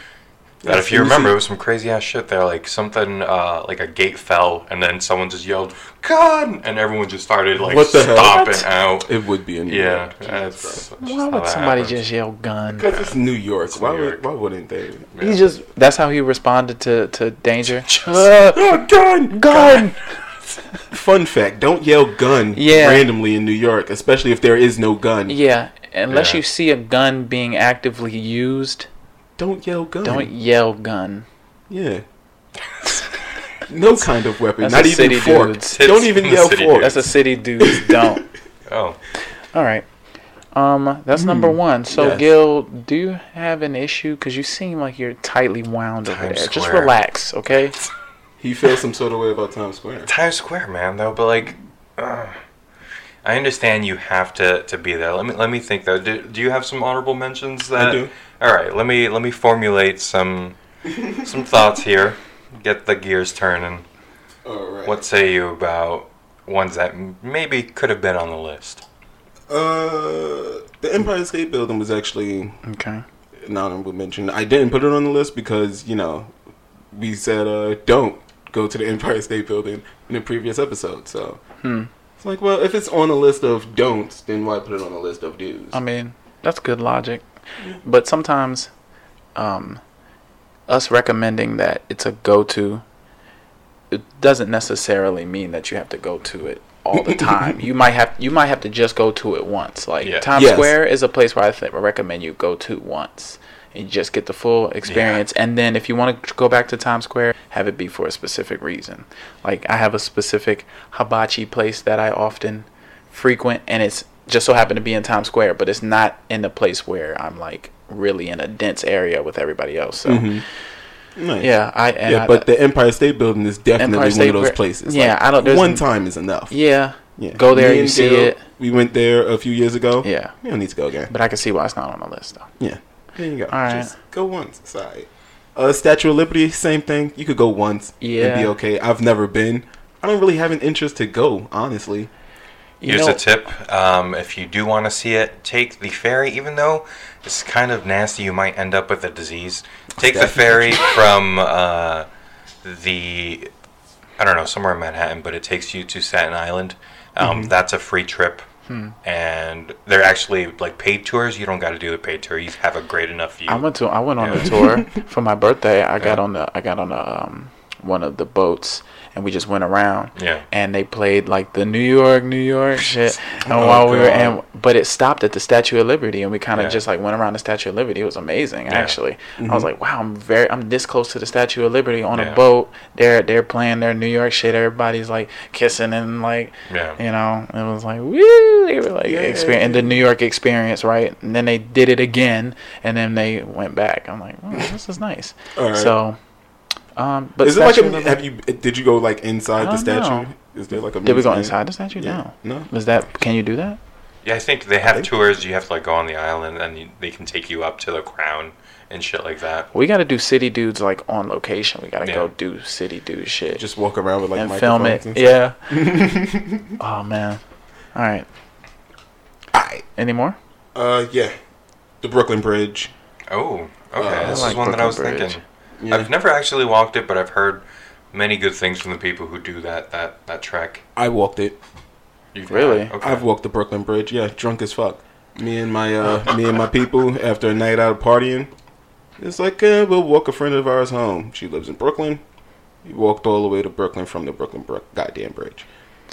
That if you
Let me see.
remember, it was some crazy ass shit there. Like something, uh, like a gate fell, and then someone just yelled "God!" and everyone just started like
What the hell?
stomping
What?
out.
It would be in New
Yeah,
York.
that's, that's
Why
how
would
that
somebody
happens.
just yell gun?
Because it's New York. why
New
would
York.
why wouldn't they?
He just. That's how he responded to to danger.
Oh, gun!
gun.
Fun fact: Don't yell "gun"
Yeah.
randomly in New York, especially if there is no gun.
Yeah, unless
Yeah.
you see a gun being actively used,
Don't yell "gun."
don't
Mm.
yell gun.
Yeah. no kind of weapon.
That's
Not
a
even
city
fork.
dudes.
Don't even
That's
yell
city
fork.
That's a city dudes don't.
Oh,
All right. Um, that's number
Hmm.
one. So,
Yes.
Gil, do you have an issue? Because you seem like you're tightly wound over there.
Times
Just
Square.
relax, okay?
He feels some sort of way about Times Square.
Times Square, man, though. But like, ugh. I understand you have to, to be there. Let me let me think though. Do, do you have some honorable mentions? That
do.
All right, let me let me formulate some some thoughts here. Get the gears turning.
All right.
What say you about ones that m- maybe could have been on the list?
Uh, the Empire State Building was actually
Okay.
an honorable mention. I didn't put it on the list because you know we said uh, don't go to the Empire State Building in the previous episode. So
Hmm.
it's like, well, if it's on a list of don'ts, then why put it on a list of do's?
I mean, that's good logic. But sometimes um, us recommending that it's a go to it doesn't necessarily mean that you have to go to it all the time. you might have you might have to just go to it once. Like
Yeah.
Times
Yes.
Square is a place where I think I recommend you go to once. And just get the full experience, and then if you want to go back to Times Square, have it be for a specific reason. Like I have a specific hibachi place that I often frequent, and it's just so happened to be in Times Square, but it's not in the place where I'm like really in a dense area with everybody else. So
Nice.
yeah, I and
Mm-hmm. yeah,
I-
but the Empire State Building is definitely
Empire
one
State
of those
Buil-
places.
Yeah, I don't- there's
One
n-
time is enough.
yeah,
Yeah.
go there,
Me
you
and
see
Gail,
it.
We went there a few years ago.
Yeah.
we don't need to go again.
But I can see why it's not on the list, though.
Yeah. There you go.
All right.
Just go once. Sorry. Uh, Statue of Liberty, same thing. You could go once. And be
Yeah.
okay. I've never been. I don't really have an interest to go, honestly.
You
Here's
know,
a tip: um, if you do want to see it, take the ferry. Even though it's kind of nasty, you might end up with a disease. Take the ferry from uh, the I don't know somewhere in Manhattan, but it takes you to Staten Island. Um, That's a free trip, and they're actually like paid tours. You don't got to do the paid tour. You have a great enough view.
I went to I went on a tour for my birthday. I got on the I got on a, um, one of the boats and we just went around.
Yeah.
And they played like the New York, New York shit. And
Oh,
while we were and but it stopped at the Statue of Liberty and we kind of
Yeah.
just like went around the Statue of Liberty. It was amazing actually. I was like, wow, I'm very I'm this close to the Statue of Liberty on
Yeah.
a boat. They're they're playing their New York shit. Everybody's like kissing and like
Yeah.
you know, it was like woo. They were like experience the New York experience, right? And then they did it again, and then they went back. I'm like, oh, this is nice.
All right.
So, um, but
Is it like
Statue of
a,
Liberty-
have you eh, did you go like inside the
don't
statue?
know.
Is there like a
did we go
museum?
inside the statue?
Yeah.
No.
No.
Was that? Can you do that?
yeah, I think they have
think-
tours. You have to like go on the island, and you, they can take you up to the crown and shit like that.
We got to do city dudes like on location. We got to
Yeah.
go do city dude shit
Just walk around with like
and film it.
microphones and stuff?
Yeah. oh man. All right.
Alright.
Any more?
Uh yeah. The Brooklyn Bridge.
Oh, okay.
I
this
like
is one that I
Brooklyn
was
Bridge.
thinking.
Yeah.
I've never actually walked it, but I've heard many good things from the people who do that that that trek.
I walked it.
You've
Really?
Okay.
I've walked the Brooklyn Bridge. Yeah, drunk as fuck. Me and my uh, me and my people after a night out of partying, it's like uh, we'll walk a friend of ours home. She lives in Brooklyn. We walked all the way to Brooklyn from the Brooklyn Brook goddamn bridge,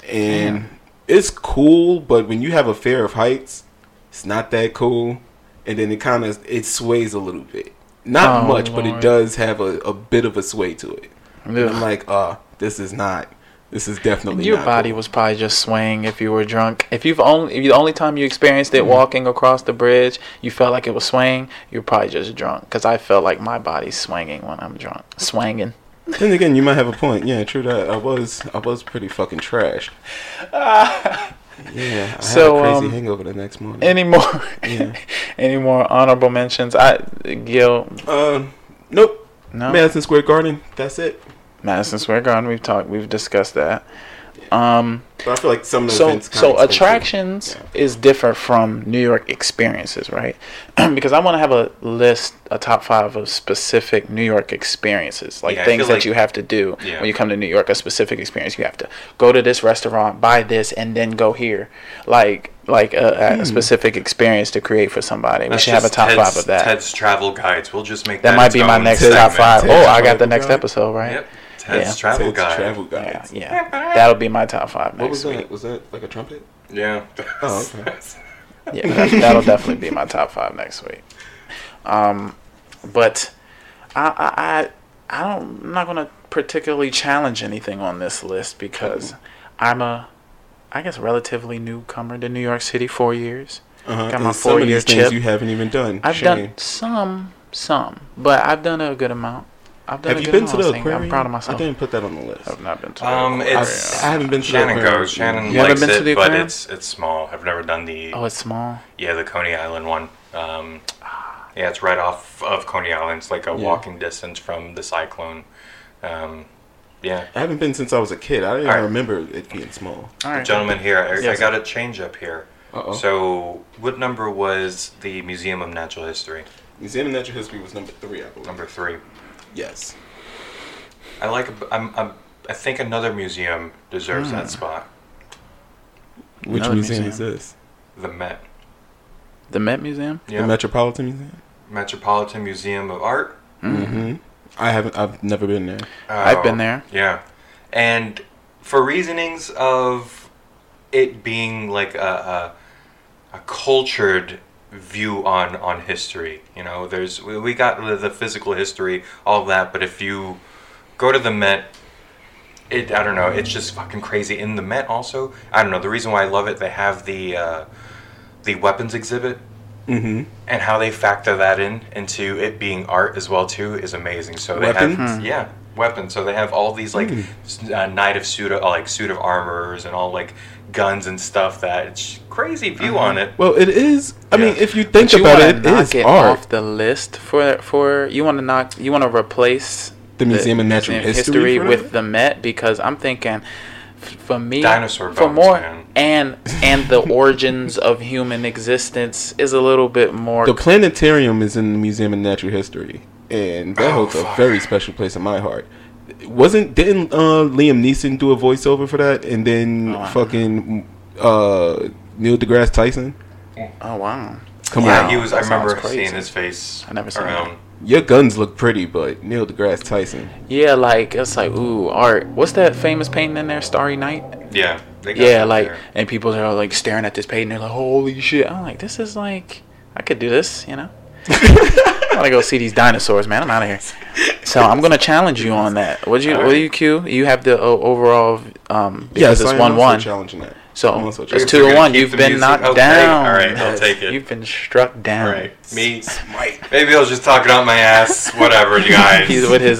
and it's cool. But when you have a fear of heights, it's not that cool. And then it kind of it sways a little bit, not
Oh,
much, but it
Lord.
does have a, a bit of a sway to it. And I'm
Ugh.
like, uh, this is not. This is definitely
Your
not
body
cool.
was probably just swaying if you were drunk. If you've only if the only time you experienced it walking across the bridge, you felt like it was swaying. You're probably just drunk because I felt like my body's swinging when I'm drunk, swanging.
Then again, you might have a point. Yeah, true that. I was I was pretty fucking trash. yeah, I
So,
had a crazy
um,
hangover the next morning.
Any more? any more honorable mentions? I Gil
uh, nope.
No.
Madison Square Garden. That's it.
Madison Square Garden. We've talked. We've discussed that.
But I feel like some of the
so
events kinda
so
expensive.
attractions is different from New York experiences, right? because I want to have a list, a top five of specific New York experiences, like
Yeah, I
things
feel
that
like-
you have to do
Yeah.
when you come to New York. A specific experience you have to go to this restaurant, buy this, and then go here, like like a, a specific experience to create for somebody.
Hmm. That's
we should have a
just
top
Ted's,
five of that.
Ted's travel guides. We'll just make that.
that might
its
be my
own
next
segment.
top five.
Ted's
oh, I got
travel
the next
guide.
episode right.
Yep. Ted's
Yeah.
travel
Ted's
guide.
travel guides.
Yeah, yeah. that'll be my top five
What
next
was
week.
that? Was that like a trumpet?
Yeah.
Oh, okay.
Yeah, that, that'll definitely be my top five next week. Um, but I, I, I, I don't. I'm not gonna particularly challenge anything on this list because I'm a, I guess, relatively newcomer to New York City. Four years.
Uh-huh.
Got my
and some of
four-year
these things
chip.
you haven't even done.
I've
Shame.
done some, some, but I've done a good amount. I've done.
Have
a
you
good
been to
amount
the
of things.
aquarium?
I'm proud of myself.
I didn't put that on the list.
I've not been to. The
Um,
aquarium.
it's
I haven't been to the
Shannon
aquarium.
goes. Shannon
You haven't
likes
been
it,
to the
but
aquarium?
it's it's small. I've never done the
oh, it's small.
yeah the Coney Island one. Um, yeah, it's right off of Coney Island. It's like a walking distance from the Cyclone. Um, yeah.
I haven't been since I was a kid. I don't even
Alright.
remember it being small.
All right.
Gentlemen here, I, I
Yes.
got a change up here.
Uh-oh.
So, what number was the Museum of Natural History?
Museum of Natural History was number three, I believe.
Number three.
Yes.
I like. I'm, I'm, I think another museum deserves that spot.
Which
Another
museum, is
museum.
this?
The Met.
The Met Museum?
Yeah.
The Metropolitan Museum.
Metropolitan Museum of Art.
I haven't. I've never been there.
I've been there.
Oh, Yeah, and for reasonings of it being like a, a, a cultured view on on history. You know, there's we we got the, the physical history, all that, but if you go to the Met. It, I don't know. It's just fucking crazy. In the Met, also, I don't know. The reason why I love it, they have the uh, the weapons exhibit, mm-hmm. and how they factor that in into it being art as well too is amazing. So they
Weapons?
have yeah, weapons. So they have all these
Hmm.
like s- uh, knight of suit, uh, like suit of armors, and all like guns and stuff. That it's crazy
Mm-hmm.
view on it.
Well, it is. I mean,
Yeah.
if you think
But you
about
wanna
it, it
knock
is art.
off the list for for you want to knock you want to replace
The Museum of Natural History for
with
that?
the Met because I'm thinking f- for me
Dinosaur
for
bones,
more
man.
and and the origins of human existence is a little bit more
The planetarium is in the Museum of Natural History, and that holds a very special place in my heart. Wasn't didn't uh, Liam Neeson do a voiceover for that, and then fucking uh, Neil deGrasse Tyson?
oh wow
Come
Yeah,
on,
he was. I
that sounds
remember
crazy.
seeing his face
I never seen
around.
that.
your guns look pretty, but Neil deGrasse Tyson.
yeah like it's like ooh art what's that famous painting in there Starry Night
Yeah, they got
yeah
that
like
there.
and people are like staring at this painting they're like holy shit I'm like this is like I could do this you know I want to go see these dinosaurs man I'm out of here so I'm gonna challenge you on that what you what do you Q you have the o- overall um because
I
it's
am
one
also
one
challenging that. I'm
So
also
it's
challenging-
two to
gonna
one.
keep
You've
the
been
music-
knocked
okay,
down.
all right, I'll take it.
You've been struck down.
All right, me. Maybe I was just talking out my ass. Whatever, you guys.
He's with his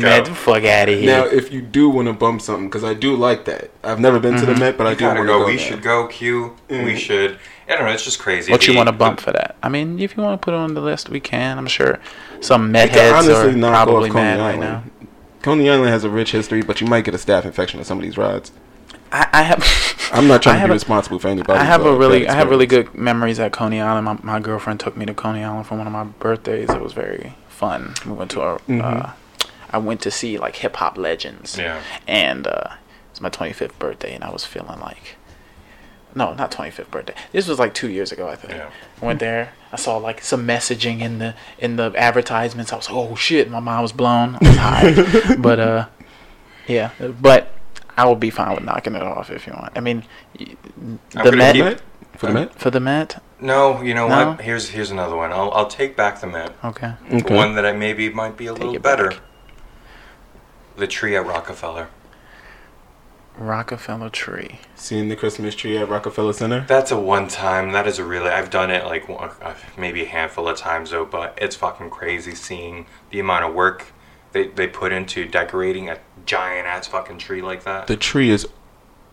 Let's go.
med. Fuck out of
Now,
here.
if you do want to bump something, because I do like that. I've never been to the Met, but I do want
gotta
to
go.
go.
We
there.
should go. Q. We should. I don't know. It's just crazy.
what you
The-
want to bump for that? I mean, if you want to put it on the list, we can. I'm sure some med
You could
heads are
honestly knock
probably
off Coney
mad right
Island.
now.
Coney Island has a rich history, but you might get a staph infection on some of these rides.
I, I have.
I'm not trying
I
to
have
be
a-
responsible for anybody.
I have a really, I have really good memories at Coney Island. My, my girlfriend took me to Coney Island for one of my birthdays. It was very fun. We went to a, uh,
Mm-hmm.
I went to see like hip hop legends.
Yeah.
And uh, it's my 25th birthday, and I was feeling like, no, not 25th birthday. This was like two years ago, I think.
Yeah.
I went there. I saw like some messaging in the in the advertisements. I was like, oh shit, my mind was blown. I was high, but uh, yeah, but. I will be fine with knocking it off if you want. I mean, y- the
gonna
Met,
keep-
Met? for the Met.
for the Met?
No, you know
No?
what? Here's here's another one. I'll I'll take back the Met.
Okay.
Okay.
One that I maybe might be a little
it
better.
back.
The tree at Rockefeller.
Rockefeller Tree.
Seeing the Christmas tree at Rockefeller Center.
That's a one time. That is a really. I've done it like one, uh, maybe a handful of times though, but it's fucking crazy seeing the amount of work they, they put into decorating a giant ass fucking tree like that.
The tree is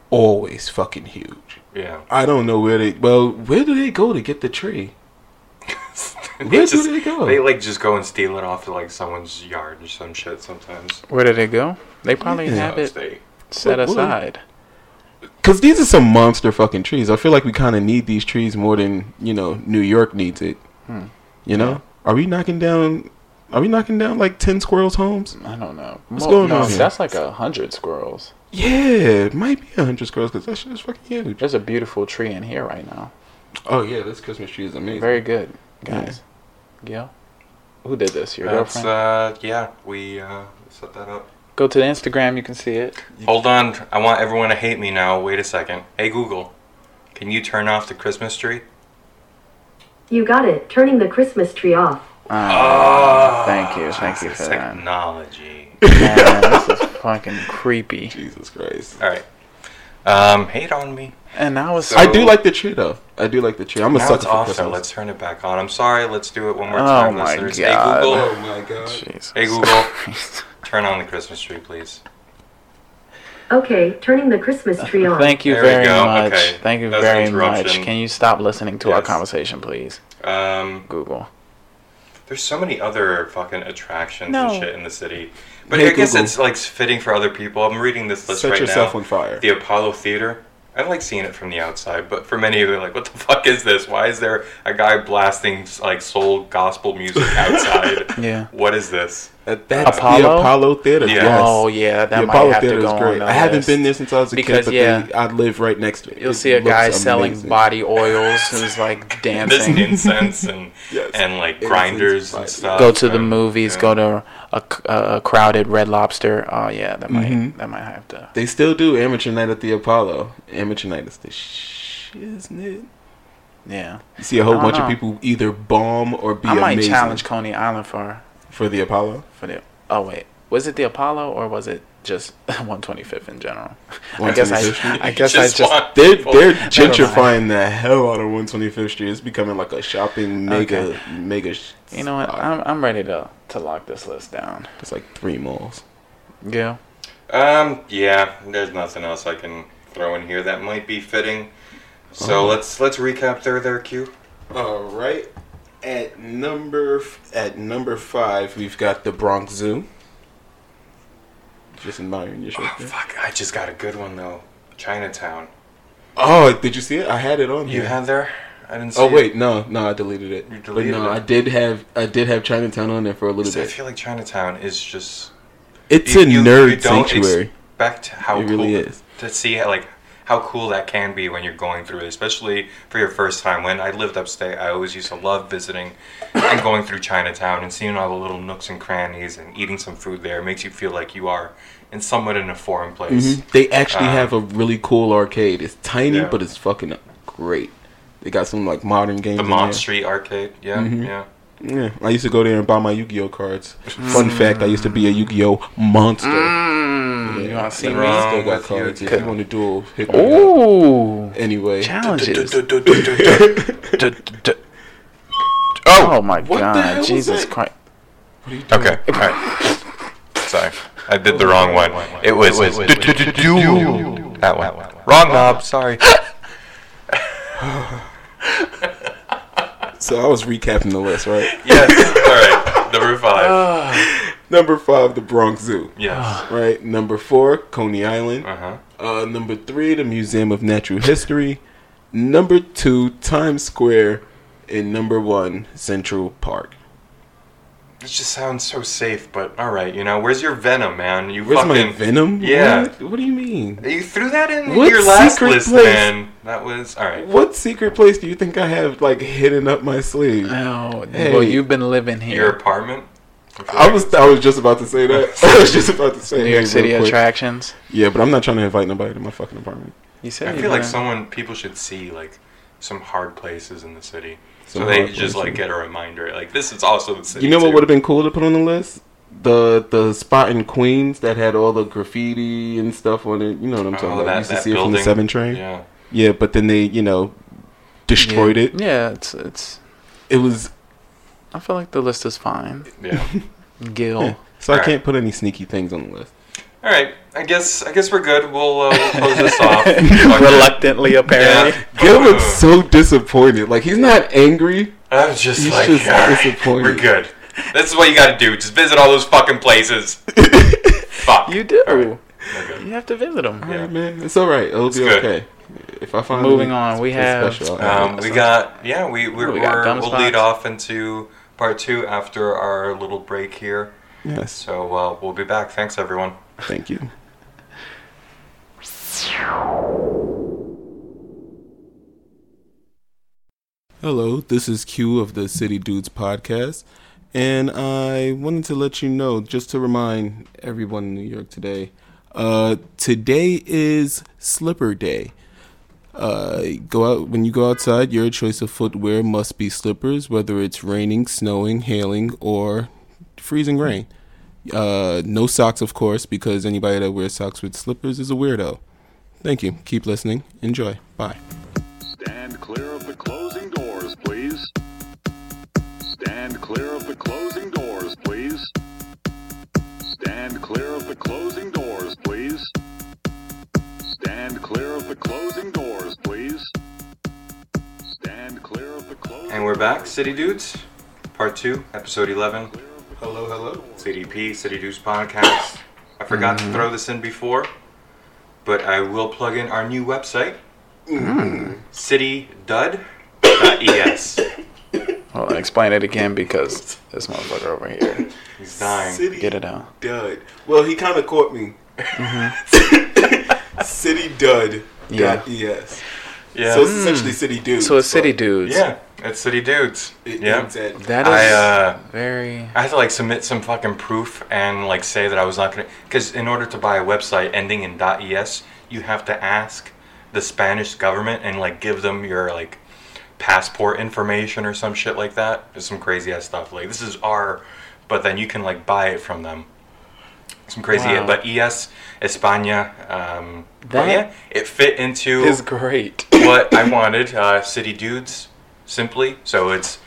always fucking huge.
yeah.
I don't know where they. Well, where do they go to get the tree?
they
do they go?
They like just go and steal it off of like someone's yard or some shit sometimes.
Where did it go? They probably have it
They-
set
What wood?
aside.
Because these are some monster fucking trees. I feel like we kind of need these trees more than you know New York needs it.
Hmm.
You know, are we knocking down? Are we knocking down like ten squirrels' homes?
I don't know.
What's going on here?
That's like a hundred squirrels.
Yeah, it might be a hundred squirrels because that shit is fucking huge.
There's a beautiful tree in here right now.
Oh yeah, this Christmas tree is amazing.
Very good, guys. Gil, who did this? Your
That's
girlfriend.
uh yeah. We uh, set that up.
Go to the Instagram. You can see it.
Hold on. I want everyone to hate me now. Wait a second. Hey Google, can you turn off the Christmas tree?
You got it, turning the Christmas tree off.
Thank you. Thank you for that.
Technology.
Man, this is fucking creepy.
Jesus Christ.
All right. Um, hate on me.
And I was.
I do like the tree though. I do like the tree. I'm a
Now
sucker
it's
for
off, so
Christmas.
let's turn it back on. I'm sorry. Let's do it one more
Oh
time,
my
listeners.
God.
Hey Google,
Oh, my god.
Jesus
Hey, Google.
Christ.
turn on the Christmas tree, please.
Okay, turning the Christmas tree on.
Thank you
There we
very
go.
much.
Okay.
Thank you
That was an
very much.
interruption.
Can you stop listening to our
Yes.
conversation, please?
Um,
Google.
there's so many other fucking attractions
No.
and shit in the city, but
Hey,
I guess
Google.
it's like fitting for other people. I'm reading this list
Set
right
yourself
now.
on fire.
The Apollo Theater. I like seeing it from the outside, but for many of you, like, what the fuck is this? Why is there a guy blasting like soul gospel music outside?
Yeah.
What is this?
Uh, That's the
Apollo?
Apollo Theater.
Yeah.
Yes.
Oh yeah, that
the
might
Apollo
have to
Theater
go
is
on
great.
the
I haven't
list.
been there since I was a
Because,
kid, but
yeah.
they, I live right next to it.
You'll
It
see a guy
looks
selling
amazing.
body oils who's like
There's
dancing.
incense and
Yes.
and like
Incense
grinders and
fire.
stuff.
go to the
and-
movies.
yeah.
Go to a, a crowded Red Lobster. Oh yeah, that might
Mm-hmm.
that might have to.
They still do amateur night at the Apollo. Amateur night is the shit, isn't it?
Yeah,
You see a whole
I don't
bunch of
know.
people either bomb or be
I might
amazing
challenge Coney Island for
for the Apollo.
for the. Oh wait, was it the Apollo or was it just 125th in general? I guess I
125th?
I guess
Just
I just
want
They're
people-
they're
mind.
gentrifying the hell out of 125th Street. It's becoming like a shopping mega mega. sh-
you know what
spot.
I'm I'm ready to to lock this list down.
It's like three malls.
Yeah.
Um, yeah, there's nothing else I can throw in here that might be fitting. So
Oh.
let's let's recap there there Q.
All right. At number f- at number five, we've got the Bronx Zoo. Just admiring your shirt.
Oh,
there.
fuck, I just got a good one though. Chinatown.
Oh, did you see it? I had it on
You
here.
had there? I didn't see
Oh
it.
wait, no, no, I deleted it.
You
but
deleted
no,
it.
I did have I did have Chinatown on there for a little
I
bit.
feel like Chinatown is just
It's
you-
a
you- you
nerd
don't
sanctuary.
Expect how
It really
cool
is.
to see how, like how cool that can be when you're going through it, especially for your first time. When I lived upstate, I always used to love visiting and going through Chinatown and seeing all the little nooks and crannies and eating some food there. It makes you feel like you are in somewhat in a foreign place.
Mhm. They actually
Um,
Ah.
have a really cool arcade. It's tiny,
Yeah.
but it's fucking great. They got some like modern games.
The
in
Mont
there.
Street Arcade, yeah,
Mm-hmm.
yeah.
Yeah, I used to go there and buy my Yu-Gi-Oh cards.
Mm.
Fun fact: I used to be a Yu-Gi-Oh monster.
You want to Mm. see
I
me?
Wrong
still got
with
cards. If
Yu-Gi-Oh.
you want to duel, hit me up.
Ooh.
Anyway,
Challenges. Oh my
the hell
god,
was
Jesus
that?
Christ.
Okay, all right. Sorry, I did the wrong one. It was that one. Wrong knob. Sorry.
so I was recapping the list, right?
Yes. All right. Number five.
Number five, the Bronx Zoo.
yes.
Right. Number four, Coney Island.
Uh huh.
Uh, number three, the Museum of Natural History. Number two, Times Square. And number one, Central Park.
It just sounds so safe, but all right. You know, where's your venom, man? You
Where's
fucking
my Venom?
Yeah.
What? What do you mean?
You threw that in
What
your last
secret
list,
place?
man. That was all right.
What secret place do you think I have like hidden up my sleeve?
No,
Hey.
Oh, well, you've been living
Your
here.
apartment.
I was I was just about to say that. I was just about to say
New
hey,
York
real
City
quick.
attractions.
Yeah, but I'm not trying to invite nobody to my fucking apartment.
You said
I
you
feel like
were-
someone people should see like some hard places in the city, so
Some
they
hard
just like
places.
get a reminder. Like this is also the city.
You know what
too.
would have been cool to put on the list? The the spot in Queens that had all the graffiti and stuff on it. You know what I'm talking
Oh,
about.
that,
you used to
that
see
building.
it from the seven train.
Yeah.
Yeah, but then they, you know,
Yeah.
destroyed it.
Yeah, it's it's.
It was
I feel like the list is fine.
Yeah.
Gil.
so I
Alright.
can't put any sneaky things on the list.
All right. I guess I guess we're good. We'll, uh, we'll close this off.
Reluctantly, apparently.
Yeah.
Gilbert's so disappointed. Like he's not angry.
I'm just
He's
like,
just
"All right,
disappointed."
we're good. This is what you gotta do. Just visit all those fucking places. Fuck.
You do.
All right, we're good.
You have to visit them.
Yeah.
Alright, man, it's all right. It'll be
good.
okay. If I find
Moving
any-
on, we
it's
have-
I'll-
Um, we got yeah. We we're,
We
we
got dumb
will
spots.
lead off into part two after our little break here.
yes,
So uh, we'll be back. Thanks everyone.
thank you. Hello, this is Q of the City Dudes podcast, and I wanted to let you know just to remind everyone in New York today. Uh, today is Slipper Day. Uh, go out when you go outside. Your choice of footwear must be slippers, whether it's raining, snowing, hailing, or freezing rain. Uh, no socks, of course, because anybody that wears socks with slippers is a weirdo. Thank you. Keep listening. Enjoy. Bye.
Stand clear of the closing doors, please. Stand clear of the closing doors, please. Stand clear of the closing doors, please. Stand clear of the closing doors, please. Stand clear of the closing
And we're back, City Dudes, part two, episode eleven. CDP, City Dudes Podcast. I forgot to throw this in before, but I will plug in our new E website, citydud.es.
Hold on, explain it again because this motherfucker over here.
He's dying.
City
Get it out.
Dud. Well, he kind of caught me. City Dud.
Yeah. Hmm.
Dot ES.
Yeah.
Mm.
So it's essentially City Dudes.
So it's
but
city dudes.
yeah, it's City Dudes.
It
yeah.
ends at-
That is
I uh,
very.
I had to like submit some fucking proof and like say that I was not gonna because in order to buy a website ending in .es, you have to ask the Spanish government and like give them your like passport information or some shit like that. There's some crazy ass stuff. Like this is R, but then you can like buy it from them. Some crazy,
Wow.
but ES España. Um, but
That
yeah, it fit into
Is great.
what I wanted. Uh, City Dudes, simply. So it's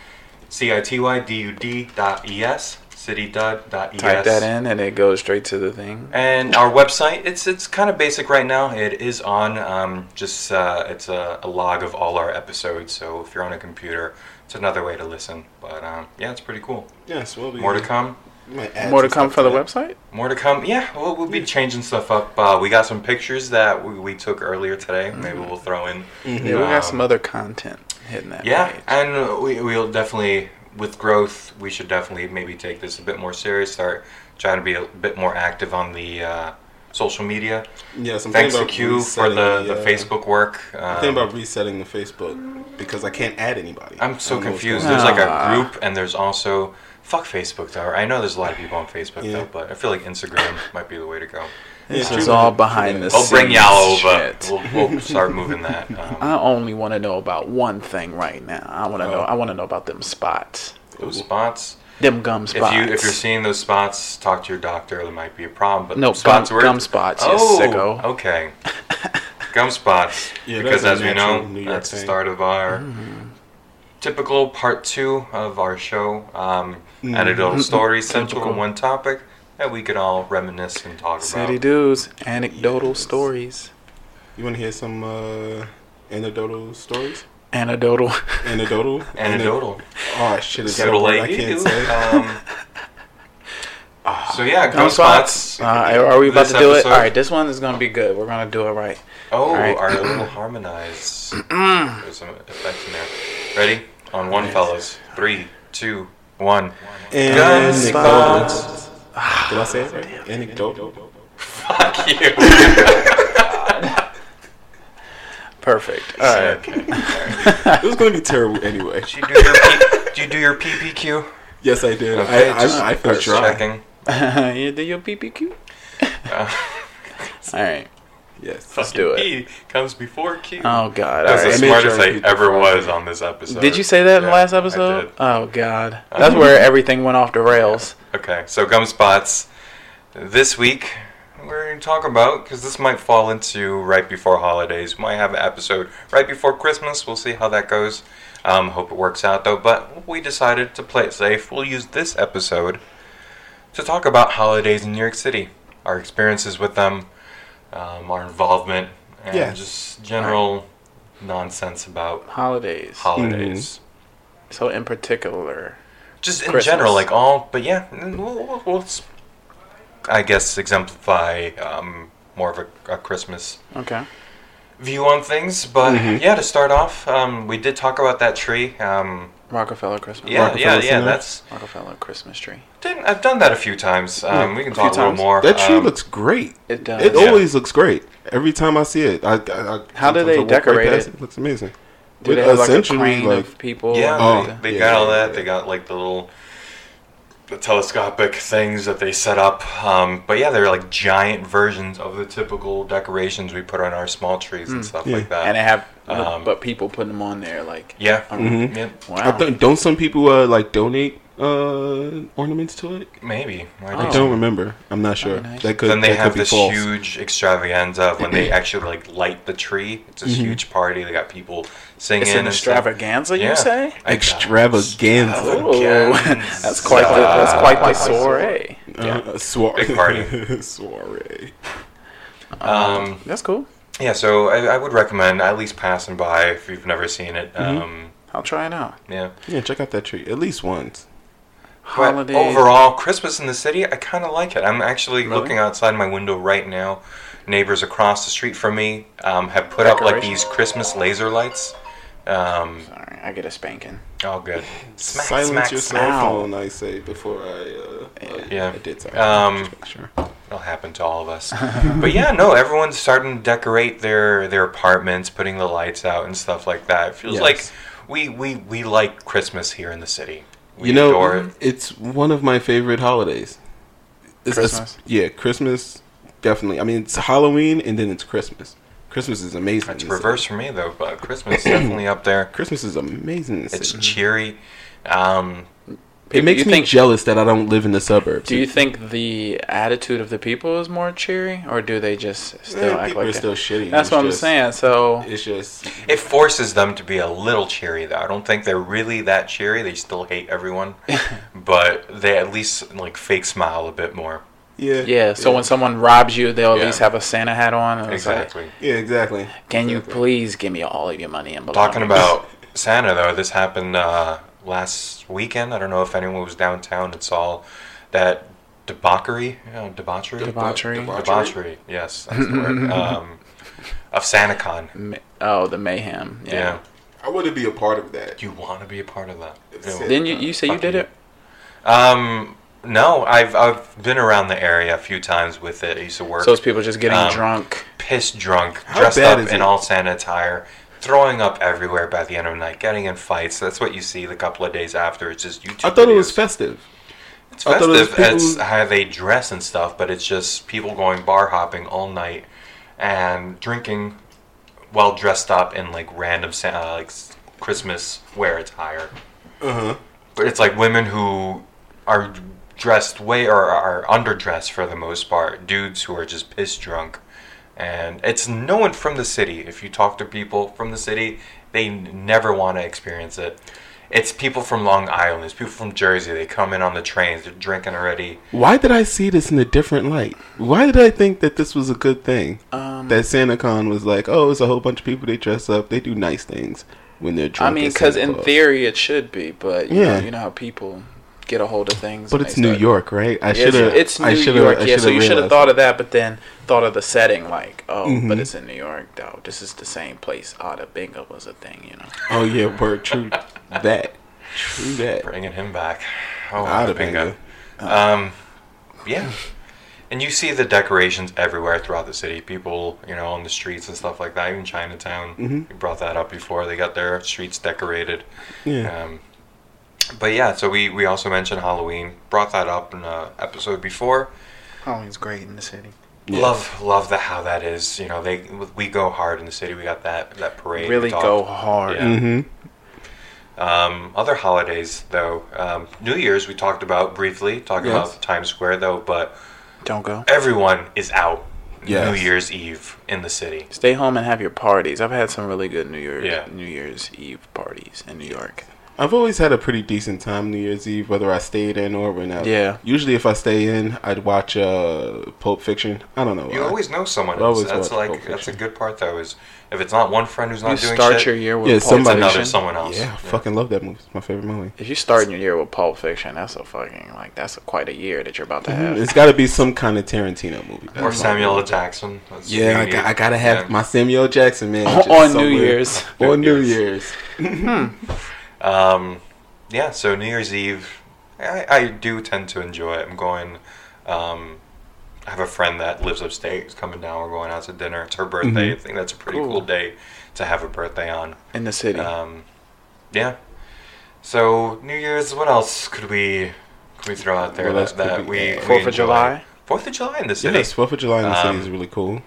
C I T Y D U D dot E S, city dud dot E S.
Type that in and it goes straight to the thing.
And our website, it's it's kind of basic right now. It is on um, just uh, it's a, a log of all our episodes. So if you're on a computer, it's another way to listen. But um, yeah, it's pretty cool.
Yes, well, we
More to come.
might add
More to
some
come
stuff
for the
that.
website.
More to come. Yeah, well, we'll be changing stuff up. Uh, we got some pictures that we, we took earlier today. Maybe we'll throw in.
Mm-hmm. Yeah, we got
um,
some other content hitting that.
Yeah,
page.
and we, we'll definitely, with growth, we should definitely maybe take this a bit more serious, start trying to be a bit more active on the uh, social media.
Yes, I'm
Thanks to
thinking about
Q for the,
resetting
the Facebook work.
I'm
Um,
thinking about resetting the Facebook because I can't add anybody.
I'm so
I don't know what's
confused.
going
There's
on.
like
Ah.
a group, and there's also. Fuck Facebook, though. I know there's a lot of people on Facebook,
Yeah.
though, but I feel like Instagram might be the way to go.
this
Yeah,
is
true.
all behind the
We'll
scenes.
bring y'all over.
shit.
We'll, we'll start moving that. Um,
I only want to know about one thing right now. I want to
Oh.
know. I want to know about them spots.
those spots.
Them gum spots.
If you if you're seeing those spots, talk to your doctor. There might be a problem. But
No,
spots
gum-
were-
gum spots, you sicko.
Okay, gum spots.
Yeah,
because as
that's a
we
natural
know,
New York
that's the
thing.
start of our
Mm-hmm.
typical part two of our show. Um,
Mm-hmm.
Anecdotal stories, central to one topic that we could all reminisce and talk
city
about.
dudes, anecdotal stories,
You want to hear some uh, anecdotal stories?
anecdotal.
Anecdotal.
Anecdotal.
Oh shit! Is that a
Fiddle
word I
eight.
can't say?
Uh,
Um, so yeah, gum
Gum spots.
spots.
Uh, are we about
This
to do
episode-
it? All right, this one is gonna be good. We're gonna do it right.
Oh,
Alright.
our little harmonize. There's some effects in there. Ready? On one, fellas. Three, two, one.
Anecdotal. Ah, Did I say it right? Anecdotal.
Fuck you.
Perfect. All right.
It was going to be terrible anyway.
Did you do your, P- did you do your PPQ?
Yes, I did.
Okay,
I,
just
I, I feel
Just
dry.
checking.
Uh, you do your PPQ.
Uh,
all right.
Yes.
Let's
do it.
P comes before Q.
Oh God. All
That's
right.
the
made
smartest
sure
I
I beat the
ever was on this episode.
Did you say that in
Yeah,
the last
I
episode?
did.
Oh God, that's where everything went off the rails.
Okay, so gum spots. This week, we're going to talk about, because this might fall into right before holidays. We might have an episode right before Christmas. We'll see how that goes. Um, hope it works out, though. But we decided to play it safe. We'll use this episode to talk about holidays in New York City, our experiences with them, um, our involvement, and
Yes.
just general nonsense about
Holidays.
holidays.
so in particular,
just in
Christmas.
general, like all. But yeah, mm, we'll, we'll, we'll s- I guess exemplify um, more of a, a Christmas
okay.
view on things. But
Mm-hmm.
yeah, to start off, um, we did talk about that tree. Um,
Rockefeller Christmas.
yeah, yeah,
Rockefeller
yeah.
Center.
That's
Rockefeller Christmas tree.
didn't, I've done that a few times. Um, we can talk a little more.
That tree
um,
looks great.
It does.
It
Yeah.
always looks great. Every time I see it, I, I, I
How do
sometimes
they
I walk
decorate
past
it?
It looks amazing.
Do
It
they have like a
essentially,
crane
like-
of people?
Yeah,
Oh,
they, they
yeah,
got all
yeah,
that.
yeah.
They got like the little the telescopic things that they set up. Um, but yeah, they're like giant versions of the typical decorations we put on our small trees
Mm.
and stuff like that.
and they have
Um,
but people putting them on there like
Yeah.
Mhm.
Yep.
wow.
I think don't some people uh, like donate uh, ornaments to it?
Maybe. I
Oh.
guess.
Don't remember. I'm not sure.
nice.
That could
then they
that
have
could be
this
false.
huge extravaganza of when they actually like light the tree. It's
Mm-hmm.
this huge party. They got people singing.
it's an
and stuff.
extravaganza,
Yeah.
you say?
I-
extravaganza.
Ooh,
Extravaganza.
that's quite the that's quite the soiree.
yeah.
Uh, soiree.
Big party.
soiree.
Um,
That's cool.
yeah. So I, I would recommend at least passing by if you've never seen it.
Mm-hmm.
Um,
I'll try it out.
yeah.
Yeah, check out that tree at least once.
But
Holidays.
overall, Christmas in the city, I kind of like it. I'm actually looking outside my window right now. Neighbors across the street from me um, have put up like
Decorations.
these Christmas laser lights, Um,
Sorry, I get a spanking.
all good. Smack,
Silence
smack,
your
smack.
cell
smack.
phone, I say, before I. Uh,
Yeah.
I did. Sorry.
Um,
Just make sure.
It'll happen to all of us. but yeah, no, everyone's starting to decorate their their apartments, putting the lights out and stuff like that. It feels
Yes.
like we, we we like Christmas here in the city. We
you know, mm-hmm.
adore it.
it's one of my favorite holidays. It's a s-
Christmas?
yeah, Christmas definitely. I mean, it's Halloween and then it's Christmas. Christmas is amazing.
It's
in the city.
reverse for me though, but Christmas is definitely up there.
Christmas is amazing. in the
It's
city.
cheery. Um,
it makes
you
me
think-
jealous that I don't live in the suburbs.
Do you think the attitude of the people is more cheery, or do they just still
Yeah,
act
people
like
are
that?
still shitty.
That's
It's
what I'm
just-
saying. So
It's just
it forces them to be a little cheery though. I don't think they're really that cheery. They still hate everyone, but they at least like fake smile a bit more.
yeah,
yeah, so when someone robs you, they'll at
Yeah.
least have a Santa hat on. and it's like,
Exactly.
yeah, exactly.
Can you
Exactly.
please give me all of your money and belongings?
Talking about Santa, though, this happened uh, last weekend. I don't know if anyone was downtown and saw that debauchery, you know, debauchery,
Debauchery?
debauchery. Yes, that's the word. Um, of
Mm.
SantaCon.
Ma- oh the mayhem.
Yeah.
Yeah.
I want to be a part of that.
Do you want to be a part of that?
It's
No.
it.
Didn't you? You say you
Fuck
did
you.
it?
Um, no, I've I've been around the area a few times with it. I used to work.
So it's people just getting
Um,
drunk.
piss drunk,
How
dressed
bad
up
is
in
it?
all Santa attire, throwing up everywhere by the end of the night, getting in fights. That's what you see the couple of days after. It's just YouTube.
I thought it was
videos.
festive.
It's
I thought it was
festive. It's
people-
how they dress and stuff, but it's just people going bar hopping all night and drinking, well dressed up in like random Sa- uh, like s- Christmas wear attire.
Uh huh.
But it's like women who are dressed way or are underdressed for the most part. Dudes who are just piss drunk, and it's no one from the city. If you talk to people from the city, they n- never want to experience it. It's people from Long Island. It's people from Jersey. They come in on the trains. They're drinking already.
Why did I see this in a different light? Why did I think that this was a good thing?
Um,
that SantaCon was like, oh, it's a whole bunch of people. They dress up. They do nice things when they're drunk.
I mean,
at
because
Santa
in
Claus.
theory it should be, but you,
Yeah.
know, you know how people get a hold of things.
but
and
it's
they
New
start-
York, right? I
It's,
should have.
it's New
I shoulda-
York,
I
yeah. So
shoulda
you should have
realized Mm-hmm.
thought of that, but then thought of the setting, like, oh, but it's in New York, though. This is the same place. Oh, the bingo was a thing, you know.
Oh yeah, word. True that. True that.
Bringing him back. Oh,
I'd have
bingo.
been
Um, yeah. And you see the decorations everywhere throughout the city. People, you know, on the streets and stuff like that. Even Chinatown, you brought that up before. They got their streets decorated.
Yeah.
Um, but yeah, so we, we also mentioned Halloween. Brought that up in an episode before.
Halloween's great in the city.
Yes.
Love love the how that is. You know, they we go hard in the city. We got that that parade. we
Really
talked-
go hard.
Yeah.
Mm-hmm.
Um, other holidays though, um, New Year's we talked about briefly, talking
Yes.
about Times Square though, but
Don't go.
everyone is out
Yes.
New Year's Eve in the city.
Stay home and have your parties. I've had some really good New Year's
Yeah.
New Year's Eve parties in New York.
I've always had a pretty decent time New Year's Eve, whether I stayed in or went out.
Yeah.
Usually, if I stay in, I'd watch uh, Pulp Fiction. I don't know.
You
why.
always know someone.
I always
that's
watch
like
Pulp
that's a
Fiction.
good part though. Is if it's not one friend who's not
You
doing
start
shit,
your year with
Yeah,
Pulp
somebody-
another
Fiction.
someone else.
Yeah, I fucking love that movie. It's my favorite movie.
If you start your year with Pulp Fiction, that's a fucking like that's a, quite a year that you're about to have.
Mm-hmm. It's got to be some kind of Tarantino movie.
Or Samuel L. Jackson. That's
Yeah,
who
I,
you
got,
need.
I gotta have
Yeah.
my Samuel Jackson man
On-
just
on New
somewhere.
Year's.
On New Year's,
Um, yeah, so New Year's Eve, I, I do tend to enjoy it. I'm going. Um, I have a friend that lives upstate. who's coming down. We're going out to dinner. It's her birthday.
Mm-hmm.
I think that's a pretty cool,
Cool.
day to have a birthday on.
in the city.
Uh,
Um, yeah. So New Year's, what else could we could we throw out there
What else
that,
could
that
we
we
add?
we
Fourth of
enjoy?
July?
Fourth of July in the city.
yes, Fourth of July in the
Um,
city is really cool.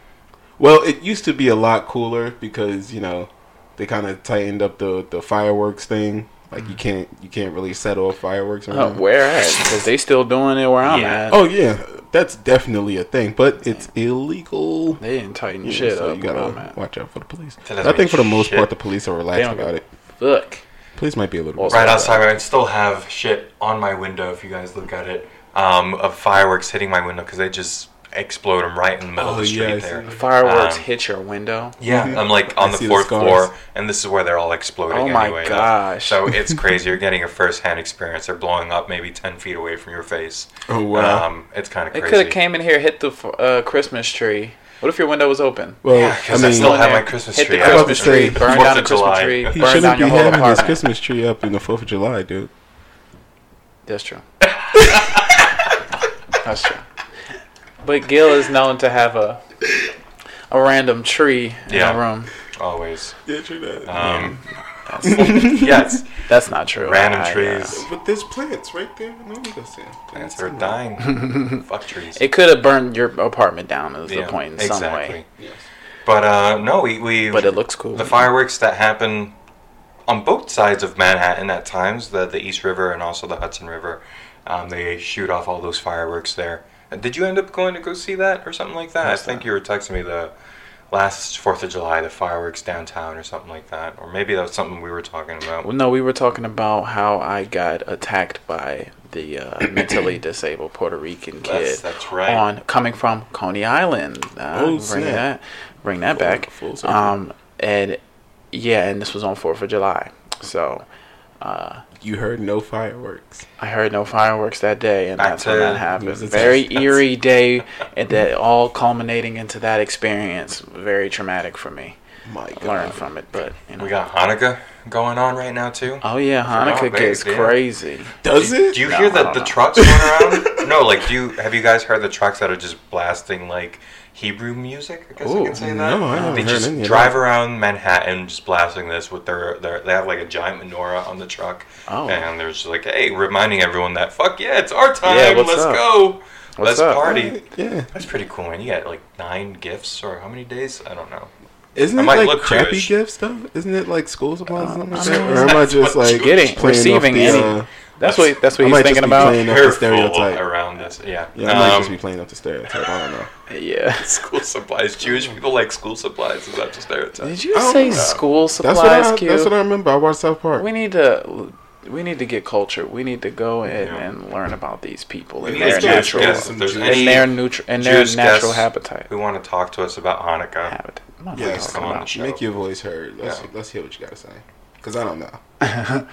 Well, it used to be a lot cooler because you know they kind of tightened up the the fireworks thing. Like
Mm.
you can't you can't really set off fireworks. Or
Uh,
anything.
where at? Because they still doing it where I'm
Yeah.
at.
oh yeah, that's definitely a thing, but it's illegal.
They didn't tighten
Yeah,
shit
so
up
you
where I'm
gotta
at.
watch out for the police.
That doesn't
I think for the
mean
most
shit.
part, the police are relaxed
They don't
about it.
Look.
Police might be a little.
Well,
bit
Right outside, I still have shit on my window. If you guys look at it, um, of fireworks hitting my window because they just explode them right in the middle of
Oh,
the street
yeah, I
there.
see.
Fireworks
Um,
hit your window.
Yeah, I'm like on
I
the
see the
fourth
scars.
floor, and this is where they're all exploding.
Oh my
anyway, though.
gosh.
So it's crazy. You're getting a first-hand experience. They're blowing up maybe ten feet away from your face.
Oh, wow.
Um, it's kind of
They
crazy.
could have came in here, hit the f- uh, Christmas tree, What if your window was open?
Well,
Yeah, 'cause I
I mean,
still have my
Hit
Christmas
the
tree.
I was about to
Christmas tree.
say,
Burn
Fourth
down the
of
Christmas
July.
tree.
he
Burn down
shouldn't be
your whole
having his
apartment.
Christmas tree up in the Fourth of July, dude.
That's true. That's true. But Gil is known to have a a random tree in
Yeah.
a room.
Always.
Yeah, true that.
Um, yes.
That's not true.
Random
I- I, uh,
trees.
but there's plants right there. No one goes in.
Plants are dying. Fuck trees.
it could have burned your apartment down. Is
Yeah,
the point in some way?
But uh, no, we, we
But it looks cool.
the fireworks that happen on both sides of Manhattan at times, the the East River and also the Hudson River, um, they shoot off all those fireworks there. Uh, Did you end up going to go see that or something like that? I think you were texting me the last Fourth of July, the fireworks downtown or something like that, or maybe that was something we were talking about.
Well, no, we were talking about how I got attacked by the uh, mentally disabled Puerto Rican kid.
That's- that's right.
On coming from Coney Island. Uh,
Oh,
bring
snap.
that, bring that back.
full circle.
um, and yeah, and this was on Fourth of July, so uh,
You heard no fireworks.
I heard no fireworks that day, and
Back
that's when
to-
that
It
happened.
was a-
Very
that's-
eerie day, and that all culminating into that experience. Very traumatic for me.
My God.
Learn from it, but you know.
We got Hanukkah going on right now too.
Oh yeah, Hanukkah
big
gets
deal.
crazy.
Does it?
Do you
No,
hear
I
the,
don't
the
know.
trucks going around? no, like do you have you guys heard the trucks that are just blasting like Hebrew music? I guess I
Ooh,
can say that.
no, I haven't
they
heard
just
any of
drive
that.
around Manhattan just blasting this with their, their they have like a giant menorah on the truck.
Oh.
And they're just like, hey, reminding everyone that fuck yeah, it's our time.
Yeah, what's
Let's
up?
go. Let's
What's up?
party.
yeah.
That's pretty cool, man. You got like nine gifts or how many days? I don't know.
Isn't
I
it
might
like
look Uh,
crappy
Jewish.
gift stuff? Isn't it like school supplies or something like
I
that?
mean,
Or am I
that's
just
what
like
you-
Getting-
playing off
receiving
the,
any-
uh,
That's what that's what
I
he's
might just
thinking
be
about.
playing off the
Careful
stereotype.
around this. Yeah.
Yeah, I might
Um,
just be playing off the stereotype. I don't know.
Yeah.
School supplies. Jewish people like school supplies. Is that just stereotype?
Did you
don't
say
know.
school
That's what, I,
supplies, Q?
that's what I remember. I watched South Park.
we need to we need to get cultured. We need to go in
Yeah.
and learn about these people and
We need
their
to get
natural
guests. If there's
And
any
and their neutral and their
Jewish
natural
guests
habitat.
Who want to talk to us about Hanukkah?
Habitat. What am I
Yes,
talking
come on.
about?
show.
Make your voice heard. Let's,
Yeah.
let's hear what you got to say. Because I don't know.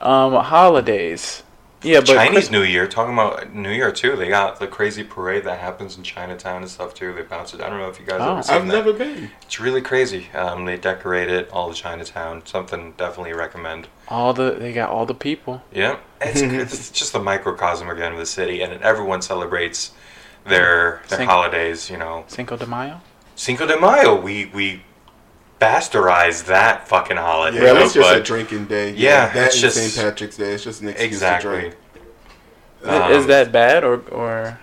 Um, holidays. Yeah, but
Chinese
Chris-
New Year. Talking about New Year too. They got the crazy parade that happens in Chinatown and stuff too. They bounce it. I don't know if you guys
Oh.
ever seen
Ah, I've
that.
never been.
It's really crazy. Um, they decorate it all the Chinatown. Something definitely recommend.
all the they got all the people.
Yeah, it's it's just a microcosm again of the city, and everyone celebrates their their
Cinco-
holidays. You know,
Cinco de Mayo.
Cinco de Mayo. We we bastardize that fucking holiday.
Yeah, that's just a
but-
drinking day.
Yeah,
that
it's
and
just-
St. Patrick's Day. It's just an excuse to
Exactly.
drink.
Uh,
Is that bad or or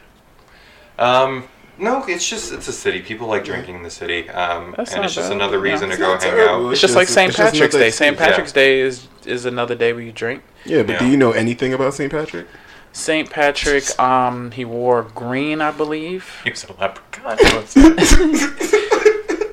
Um, no, it's just it's a city. People like drinking in the city, um,
That's
and
not
it's just
bad.
another
No,
reason to
it's
go
not
hang out.
terrible.
it's
It's
just
just-
like St.
it's just
Patrick's
another
Day. St.
excuse.
Patrick's Day is is another day where you drink.
Yeah, but do
Yeah.
you know anything about St. Patrick?
St. Patrick, um, he wore green, I believe.
He was a leprechaun. What's that?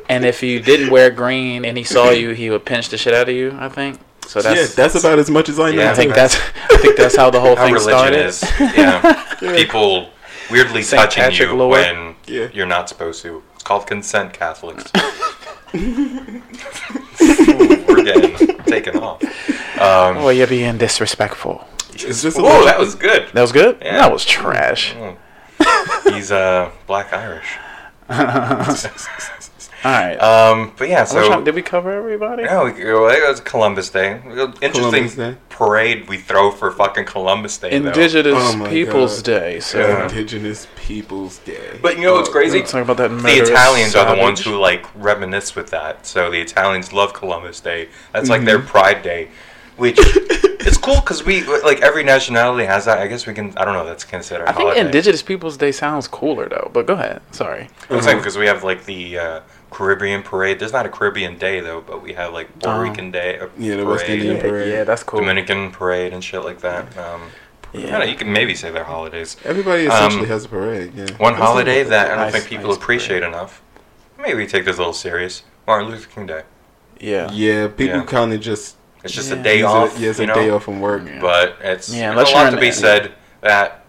And if you didn't wear green and he saw you, he would pinch the shit out of you. I think. So that's.
yeah, that's about as much as I know.
Yeah,
I think
too.
that's. I think that's how the whole
How
thing
religion
started.
is. Yeah, people weirdly
Saint
touching
Patrick
you
lore.
when
Yeah.
you're not supposed to. It's called consent, Catholics. We're getting taken off.
Well, you're being disrespectful.
It's just a
Whoa,
little-
oh, that was good.
That was good.
Yeah. Uh,
That was trash.
He's uh, black Irish.
All right.
Um, but yeah,
Which
so
one- did we cover everybody?
No, we- well, it was Columbus Day. Interesting
Columbus Day.
parade we throw for fucking Columbus Day. though.
Indigenous
Oh my
Peoples
God.
Day. So
Yeah.
Indigenous Peoples Day.
But you know what's
Oh,
crazy?
talk about that.
The Italians are the ones who like reminisce with that. So the Italians love Columbus Day. That's like their Pride Day, which it's cool because we like every nationality has that. I guess we can. I don't know. That's considered.
I think Indigenous Peoples Day sounds cooler though. But go ahead. Sorry.
It's like because we have like the uh, Caribbean parade. There's not a Caribbean Day though, but we have like Puerto
Oh.
Rican Day. uh,
Yeah, the West Indian Parade.
Yeah, that's cool.
Dominican parade and shit like that. Um, I don't know,
Yeah.
you can maybe say they're holidays.
Everybody essentially has a parade. Yeah.
Um, One holiday that I don't
Nice,
think people
nice
appreciate enough. Maybe we take this a little serious. Martin Luther King Day.
Yeah.
Yeah, people
Yeah.
kind of just.
It's just a
Yeah.
day
use
off.
it- Yeah, it's
you
a
know?
day off from work.
But it's
Yeah,
there's
unless
a
you're
lot
in-
to be said that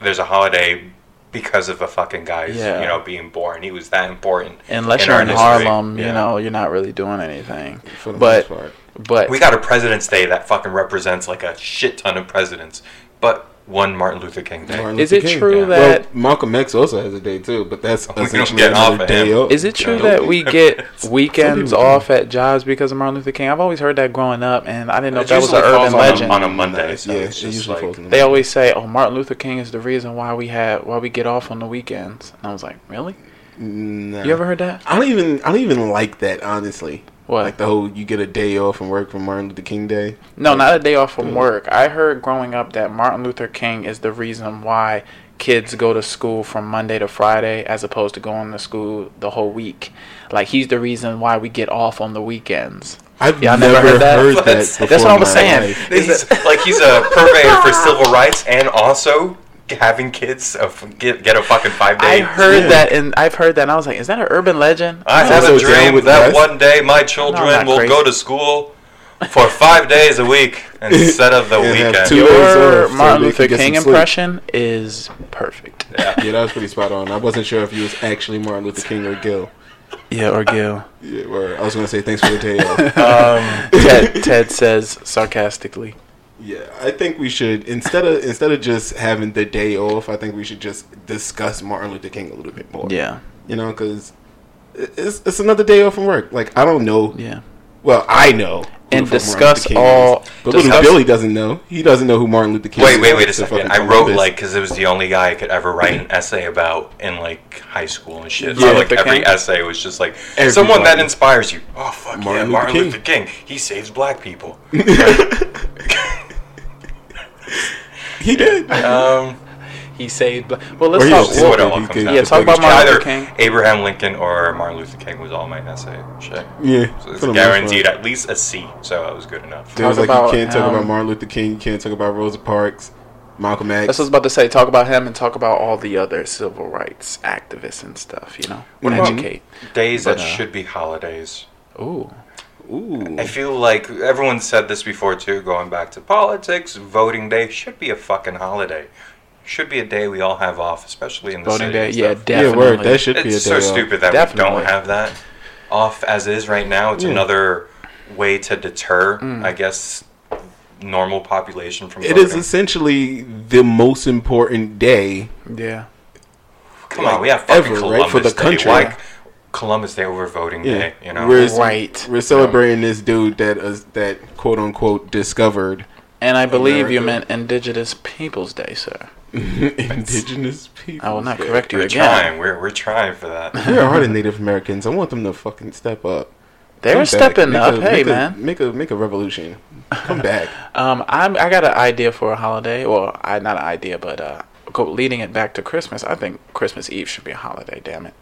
there's a holiday because of a fucking guy's
Yeah.
you know being born. He was that important.
Unless
in
you're
our
in
history.
Harlem, you
Yeah.
know, you're not really doing anything.
For the
but
most part.
but
We got a President's Day that fucking represents like a shit ton of presidents, but one Martin Luther King Day.
Martin
Is
Luther
it
King.
true that-
well, Malcolm X also has a day too? But that's
don't
essentially
get off
another
of
day
him.
off.
Is it true
Yeah.
that we get weekends
people do.
off at jobs because of Martin Luther King? I've always heard that growing up, and I didn't know
It
if that was
usually
an
falls on
urban
a-
legend.
on a Monday. So
yeah,
it's
it
just
usually
like
falls in the
they always say, "Oh, Martin Luther King is the reason why we had why we get off on the weekends." And I was like, "Really?
Nah.
You ever heard that?"
I don't even I don't even like that honestly.
What?
Like the whole you get a day off from work from Martin Luther King Day.
No, not a day off from work. I heard growing up that Martin Luther King is the reason why kids go to school from Monday to Friday as opposed to going to school the whole week. Like he's the reason why we get off on the weekends.
I've
Y'all
never, heard that.
That's-
before
that's what I
in
was
my
saying.
life.
He's, like he's a purveyor for civil rights and also having kids a f- get, get a fucking five
I
day.
heard that and I've heard that and I was like, is that an urban legend?
I have
Also
a
down
dream
with
that
Wes?
one day my children
not
will
crazy.
go to school for five days a week instead of the
And have
weekend.
two-
Your
So they
Martin
can
Luther
get some
King
sleep.
impression is perfect.
Yeah, that was pretty spot on. I wasn't sure if you was actually Martin Luther King or Gil.
Yeah, or Gil.
Yeah, word. I was gonna say thanks for the day off.
Uh, Ted, Ted says sarcastically.
yeah, I think we should instead of instead of just having the day off, I think we should just discuss Martin Luther King a little bit more.
Yeah.
you know, because it's it's another day off from work. Like I don't know.
Yeah.
Well, I know. who
And
the fuck Martin
discuss
Luther King
all-
is. But little
discuss-
Billy doesn't know. He doesn't know who Martin Luther King.
Wait,
is.
wait, wait a
It's fucking
second. I
Columbus.
wrote like because it was the only guy I could ever write an essay about in like high school and shit. so
Yeah.
like
Luther
every
King?
essay was just like someone
Everybody.
that inspires you. Oh fuck
Martin
yeah,
Luther
Martin
King.
Luther King. He saves black people. Um,
he did.
Um,
He saved. bla- Well, let's
Or he
talk.
was
see
Well,
what it all
he
comes
could-
down
yeah,
to.
talk
It was
about Martin Luther
either
King.
Abraham Lincoln or Martin Luther King was all my essay shit.
yeah,
So
for
it's
the most
guaranteed
part.
at least a C, so it was good enough.
There was
Talk
like
about,
you can't talk about
um,
Martin Luther King. You can't talk about Rosa Parks, Malcolm X.
That's what I was about to say. Talk about him and talk about all the other civil rights activists and stuff. You know,
What about-
educate.
Days
But,
that
uh,
should be holidays.
Ooh,
Ooh,
I feel like everyone said this before too, going back to politics, voting day should be a fucking holiday. Should be a day we all have off, especially in the
voting
city
day.
and
Yeah,
stuff.
definitely.
yeah, word. That should be a day.
It's so
off.
stupid that we
Definitely.
don't have that off as is right now. It's
Yeah. Mm.
another way to deter, I guess, normal population from
It
voting.
is essentially the most important day.
yeah.
Come on, we have fucking
ever,
Columbus
right, for the
Day.
country.
Why Columbus Day over voting
Yeah,
day? You know,
We're-
Right.
We're celebrating this dude that uh, that quote unquote discovered
And I believe you
America.
meant Indigenous Peoples Day, sir.
indigenous people.
I will not correct you
we're
again.
trying. We're we're trying for that.
We're hard Native Americans. I want them to fucking step up.
They're
Come back.
stepping
Make
up.
a-
hey,
make a-
man.
make a make a revolution. Come back.
Um, I'm, I got an idea for a holiday. Well, I not an idea, but uh, go, leading it back to Christmas, I think Christmas Eve should be a holiday. Damn it!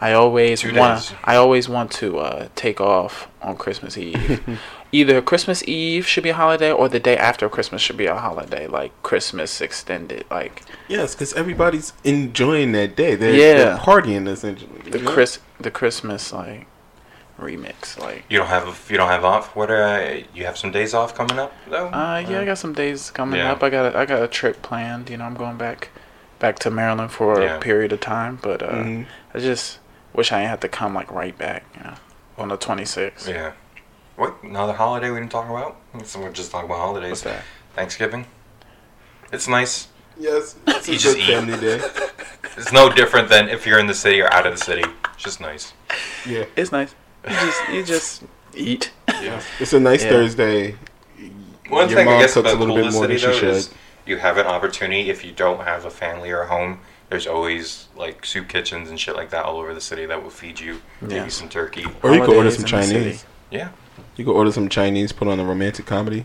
I always
Two
want
days.
I always want to uh, take off on Christmas Eve. Either Christmas Eve should be a holiday, or the day after Christmas should be a holiday, like Christmas extended, like
yes, because everybody's enjoying that day. They're,
Yeah.
they're partying essentially.
the Chris the Christmas like remix, like.
You don't have you don't have off. What uh, you have some days off coming up though?
Uh, yeah, I got some days coming
Yeah.
up. I got a, I got a trip planned. You know, I'm going back back to Maryland for
Yeah. Mm-hmm.
a period of time, but uh, I just wish I didn't have to come like right back. You know, on the 26th.
Yeah. What another holiday we didn't talk about? So we're just talking about holidays.
What's that?
Thanksgiving. It's nice.
Yes, it's
You just eat.
family day.
It's no different than if you're in the city or out of the city. It's just nice.
Yeah,
It's nice. You just you just eat.
yeah. It's a nice
Yeah.
Thursday.
One
Your
thing
mom
I guess
cooks
about
a little bit
Columbus
more than
City
she
though is
should.
you have an opportunity if you don't have a family or a home. There's always like soup kitchens and shit like that all over the city that will feed you, give you
Yes.
some turkey.
Or you could order
Holidays
some
in the city.
Chinese.
Yeah.
You could order some Chinese. Put on a romantic comedy,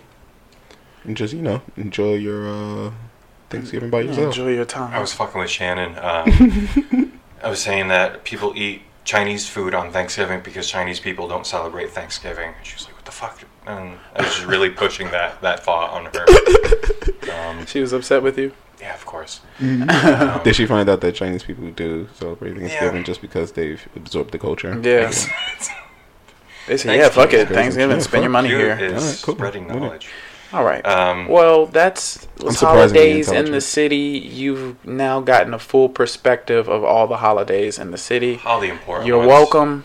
and just you know enjoy your uh, Thanksgiving by yourself.
Enjoy your time.
I was fucking with Shannon. Um, I was saying that people eat Chinese food on Thanksgiving because Chinese people don't celebrate Thanksgiving. She was like, "What the fuck?" And I was just really pushing that that thought on her.
she was upset with you.
Yeah, of course.
Did she find out that Chinese people do celebrate Thanksgiving
Yeah.
just because they've absorbed the culture?
Yeah. They said, yeah, fuck it. Thanksgiving,
Yeah,
spend your
fuck
money
You
here.
is
Alright, cool.
spreading
Whatever.
knowledge.
All right.
Um,
well, that's with
surprisingly
holidays in the
intelligent.
city. You've now gotten a full perspective of all the holidays in the city.
All the important.
You're
ones.
welcome.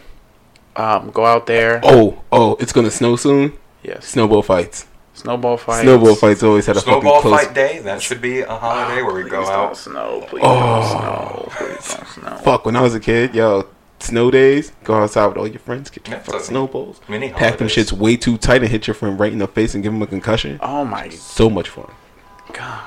Um, go out there.
Oh, oh, it's gonna snow soon.
yes.
Snowball fights.
Snowball fight.
Snowball fights always had a
Snowball
fucking close.
Fight Day. That should be a holiday where we
Please
go
don't
out.
Snow, please
Oh.
don't snow, please don't snow.
Fuck, when I was a kid, yo, snow days, go outside with all your friends, get your
That's
fucking
a
snowballs,
mini
pack them
holidays.
shits way too tight and hit your friend right in the face and give him a concussion.
Oh my
So much fun.
god.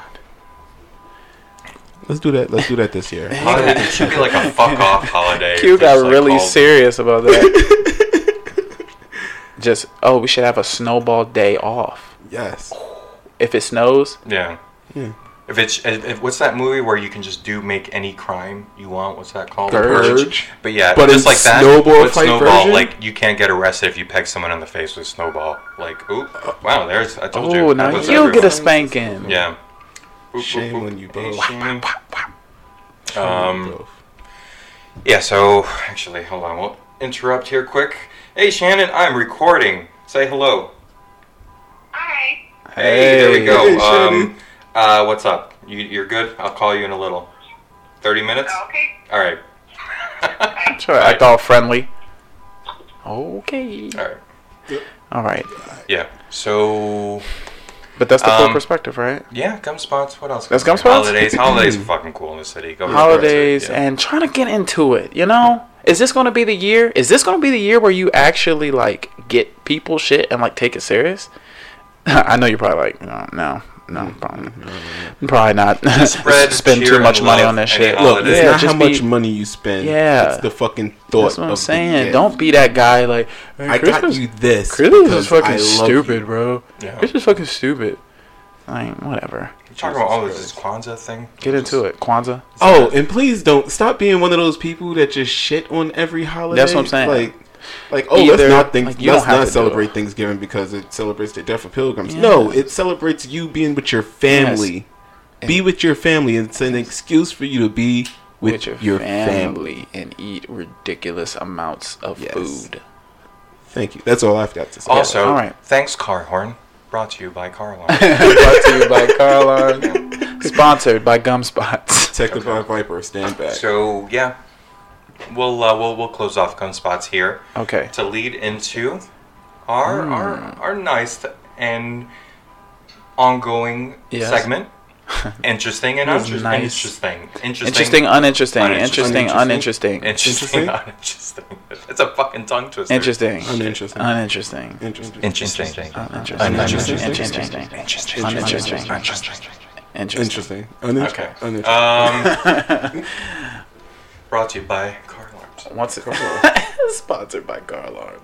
Let's do that. Let's do that this year.
Holiday- It should be like a fuck off holiday.
You
Just,
got
like,
really
called-
serious about that. Just oh, we should have a snowball day off.
Yes.
If it snows,
Yeah. If it's if, if- what's that movie where you can just do make any crime you want? What's that called?
The Purge.
But yeah,
But
just
in
like that.
snowball
with
fight
snowball,
version?
like you can't get arrested if you peg someone in the face with snowball. Like, oop, wow, there's I told you.
oh, now
that was
you'll get a
everyone.
spanking.
Yeah. Oop,
Shame
oop, oop.
on you both.
Shame. um, Yeah, so actually, hold on, we'll interrupt here quick. Hey, Shannon, I'm recording. Say hello. Hi. Hey, there we go.
Hey, Shannon.
um, uh, what's up? You, you're good? I'll call you in a little. 30 minutes?
Okay.
All right.
Sure, act all friendly. Okay.
All right.
All right.
Yeah. So,
But that's the full
Um,
perspective, right?
yeah, gum spots. What else?
That's
can I
gum
say?
spots? Hmm.
Holidays. Holidays are fucking cool in the city. Go
Holidays
Yeah.
and trying to get into it, you know? Is this going to be the year? Is this going to be the year where you actually like get people shit and like take it serious? I know you're probably like, no, no. No, probably not. Probably not.
Mm. spread
Spend
cheer
too much
and
money
love
on this
and
shit.
holidays.
Look, it's
Yeah,
not
just
how
be-
much money you spend.
Yeah.
It's the fucking thought.
That's what I'm
of the
saying.
gift.
Don't be that guy like, hey,
I
Christmas,
got you this.
Christmas
because
is fucking
I love
stupid,
you.
bro.
Yeah.
This is fucking stupid. I mean, whatever.
You're talking about all this Kwanzaa thing?
Get into it. Kwanzaa.
Oh, and please don't stop being one of those people that just shit on every holiday.
That's what I'm saying.
Like, like oh,
Either-
let's not think,
like, you
let's
don't have
not
to do
celebrate
it.
Thanksgiving because it celebrates the death of pilgrims. No, it celebrates you being with your family. Be with your family. It's an excuse for you to be with, your, family.
and eat ridiculous amounts of
Yes.
food.
Thank you. That's all I've got to say.
Also,
All right.
thanks, Car Horn. Brought to you by Car Horn.
Brought to you by Carlon. Sponsored by Gum Spots.
Tech the Von Viper, stand back.
So yeah, we'll uh, we'll we'll close off gun spots here
Okay.
to lead into our
Hmm.
our our nice and ongoing
Yes.
segment. Interesting and
was
unter-
nice.
interesting. Interesting.
Interesting, uh, uninteresting, interesting,
Uninteresting.
uninteresting,
Interesting.
Interesting.
Uninteresting. It's a fucking tongue twister.
interesting,
Uninteresting.
uninteresting,
Interesting.
Interesting.
uninteresting,
Uninteresting.
interesting, interesting, uninteresting, interesting.
Interesting. Uninteresting.
Okay.
Uninteresting.
Um, brought to you by Car Alarms.
Once it sponsored by Carlon.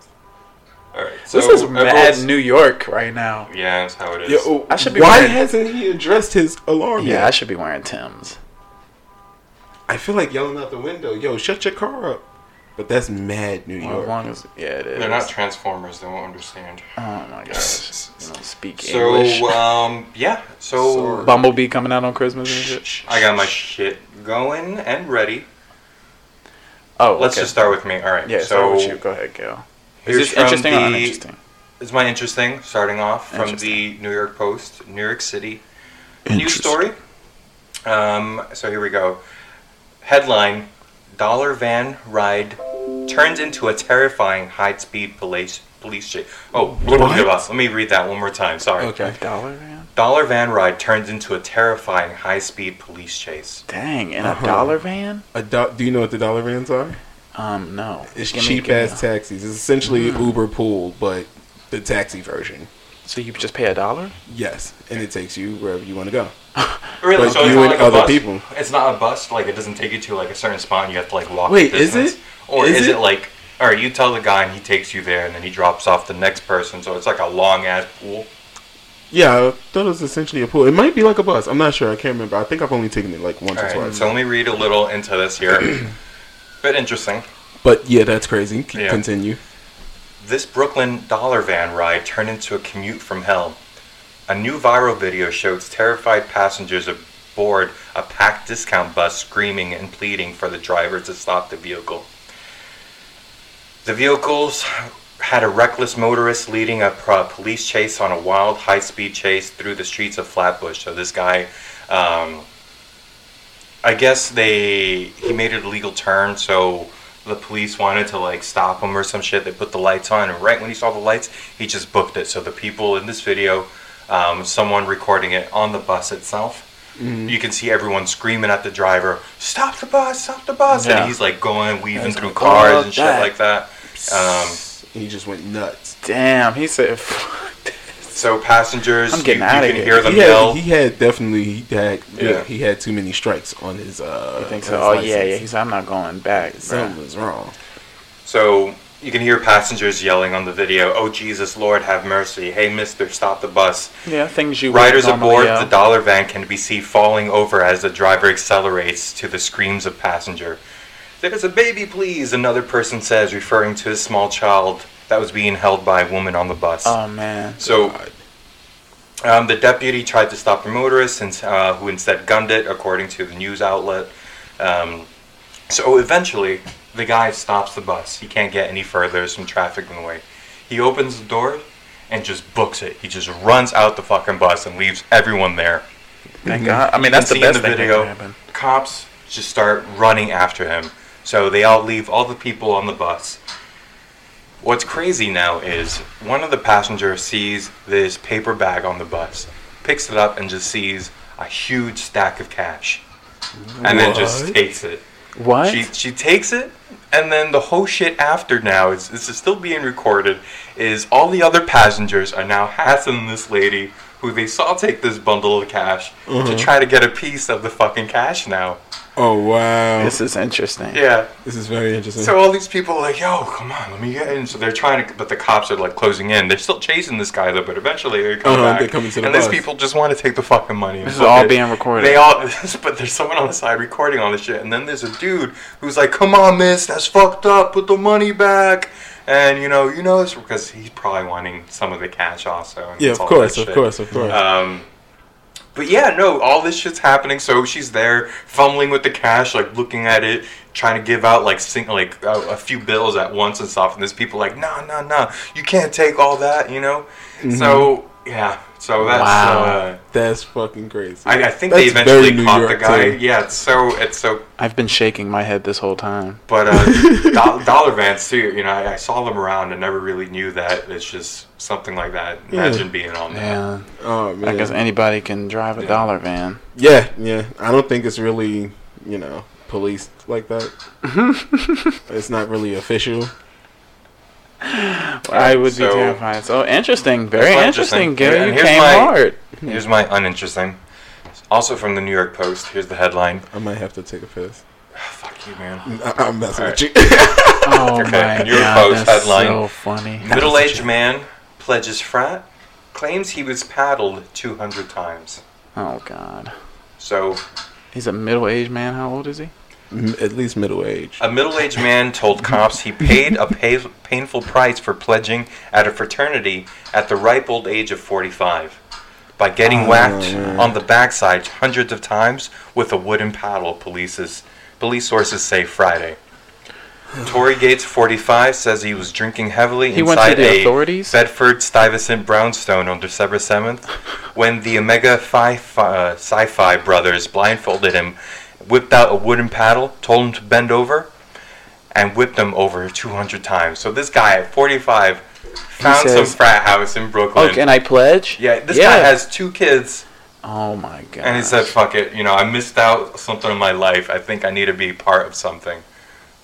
All right. So
This is mad
everyone's-
New York right now.
Yeah, that's how it is.
Yo, oh,
I should be
why
wearing-
hasn't he addressed his alarm
Yeah,
yet?
I should be wearing Tim's.
I feel like yelling out the window, yo, shut your car up. But that's mad New
As
York.
long as yeah, it is.
They're not transformers. They won't understand.
Oh my gosh. You don't speak English.
So um, yeah. So
Bumblebee coming out on Christmas and shit.
I got my shit going and ready.
Oh,
Let's
okay.
just start with me. All right.
Yeah,
so
start with you. Go ahead, Gail. Is
here's
this
from
interesting or
the-
uninteresting?
This is my interesting starting off from the
Interesting.
New York Post, New York City news story. Um, so here we go. Headline: Dollar van ride turns into a terrifying high-speed police police chase. Oh, let me read that one more time. Sorry.
Okay.
Dollar van?
Dollar van ride turns into a terrifying high-speed police chase.
Dang, in
Uh-huh.
a dollar van?
A do-, do you know what the dollar vans are?
Um, no.
It's
Give me-
cheap
give me
ass
a-
taxis. It's essentially Uber pool, but the taxi version.
So you just pay a dollar?
Yes. And it takes you wherever you want to go.
Really?
Like
so it's
you
not
and
like a
other
bus?
people.
It's not a bus. Like it doesn't take you to like a certain spot. and You have to like walk.
Wait,
the
is
distance.
it?
Or
Is
is, it?
it?
like? All right, you tell the guy and he takes you there, and then he drops off the next person. So it's like a long ass pool.
Yeah, I thought it was essentially a pool. It might be like a bus. I'm not sure. I can't remember. I think I've only taken it like once
All
or
right.
twice.
So let me read a little into this here. Bit interesting.
But yeah, that's crazy. C-
Yeah.
Continue.
This Brooklyn dollar van ride turned into a commute from hell. A new viral video shows terrified passengers aboard a packed discount bus screaming and pleading for the driver to stop the vehicle. The vehicles had a reckless motorist leading a pro- police chase on a wild high speed chase through the streets of Flatbush. So this guy, um, I guess they he made it a legal turn, so the police wanted to like stop him or some shit. They put the lights on, and right when he saw the lights, he just booked it. So the people in this video um, someone recording it on the bus itself. You can see everyone screaming at the driver, "Stop the bus! Stop the bus!"
Yeah.
And he's like going, weaving through cars and shit
that.
like that. Um,
He just went nuts.
Damn, he said, "Fuck this."
so passengers,
I'm getting
you, you
outta
can
here.
hear them
He had,
yell.
he had definitely he had
Yeah.
he had too many strikes on his. Uh,
I think
on
so.
his
Oh
license.
yeah, yeah. He said, "I'm not going back." bruh."
Something was wrong.
So you can hear passengers yelling on the video, "Oh Jesus, Lord have mercy! Hey Mister, stop the bus!"
Yeah, things you
Riders
wouldn't
aboard
normally, uh,
the dollar van can be seen falling over as the driver accelerates to the screams of passenger. There's a baby, please, another person says, referring to a small child that was being held by a woman on the bus.
Oh man.
so, um, the deputy tried to stop the motorist, and, uh, who instead gunned it, according to the news outlet. Um, so, eventually, the guy stops the bus. He can't get any further, there's some traffic in the way. He opens the door and just books it. He just runs out the fucking bus and leaves everyone there.
Thank God. I mean, that's the
You can
best
see in Mhm.
thing
the video,
that can happen.
Cops just start running after him. So they all leave all the people on the bus. What's crazy now is one of the passengers sees this paper bag on the bus, picks it up, and just sees a huge stack of cash, and then just
What?
takes it.
What?
She she takes it, and then the whole shit after now is this is still being recorded. Is all the other passengers are now hassling this lady who they saw take this bundle of cash to try to get a piece of the fucking cash now.
Oh wow, this,
this is interesting.
Yeah.
is very interesting.
So all these people are like, yo, come on, let me get in. So they're trying to, but the cops are like closing in. They're still chasing this guy though, but eventually they come
Uh-huh,
back.
they're coming to the
and
bus.
these people just want to take the fucking money. and
This is
fuck
all
it.
being recorded.
They all, but there's someone on the side recording all this shit. And then there's a dude who's like, come on, miss, that's fucked up. Put the money back. And you know, you know, it's because he's probably wanting some of the cash also. and
yeah, of
it's all
course,
that
of
shit.
course, of course.
Um, but yeah, no, all this shit's happening. So she's there fumbling with the cash, like looking at it, trying to give out like sing- like a, a few bills at once and stuff. And there's people like, nah, nah, nah, you can't take all that, you know.
Mm-hmm.
So yeah, so that's.
Wow.
Uh,
That's fucking crazy.
I, I think they
That's very
eventually
New
caught the
York,
guy.
too.
Yeah, it's so it's so
I've been shaking my head this whole time.
but uh, do- dollar vans too. You know, I, I saw them around and never really knew that. It's just something like that. Imagine being on that.
Yeah.
oh man,
I guess anybody can drive a dollar van.
Yeah, yeah. I don't think it's really, you know, policed like that. it's not really official.
I would
so-
be terrified. So interesting. Very
That's
interesting,
interesting. Yeah,
Gary.
and
you
here's
came
my-
hard.
Here's my uninteresting. Also from the New York Post. Here's the headline.
I might have to take a piss.
Fuck you, man.
I, I'm messing
All right.
with you.
Oh
Okay,
my
your
god,
post
that's
headline.
so funny.
Middle-aged man pledges frat, claims he was paddled 200 times.
Oh god.
So,
He's a middle-aged man. How old is he?
M- At least middle age.
a middle-aged man told cops he paid a pay- painful price for pledging at a fraternity at the ripe old age of 45 by getting whacked on the backside hundreds of times with a wooden paddle. Police's police sources say Friday. Tory Gates, 45, says he was drinking heavily
He went to
inside
the
a
authorities?
Bedford Stuyvesant brownstone on December 7th when the Omega Phi Phi uh, Sci-Fi brothers blindfolded him, whipped out a wooden paddle, told him to bend over, and whipped him over 200 times. So this guy at 45 found some
says-
frat house in Brooklyn.
Oh, can I pledge?
yeah, this guy has two kids,
Oh my god.
and he said, "Fuck it, you know, I missed out something in my life. I think I need to be part of something.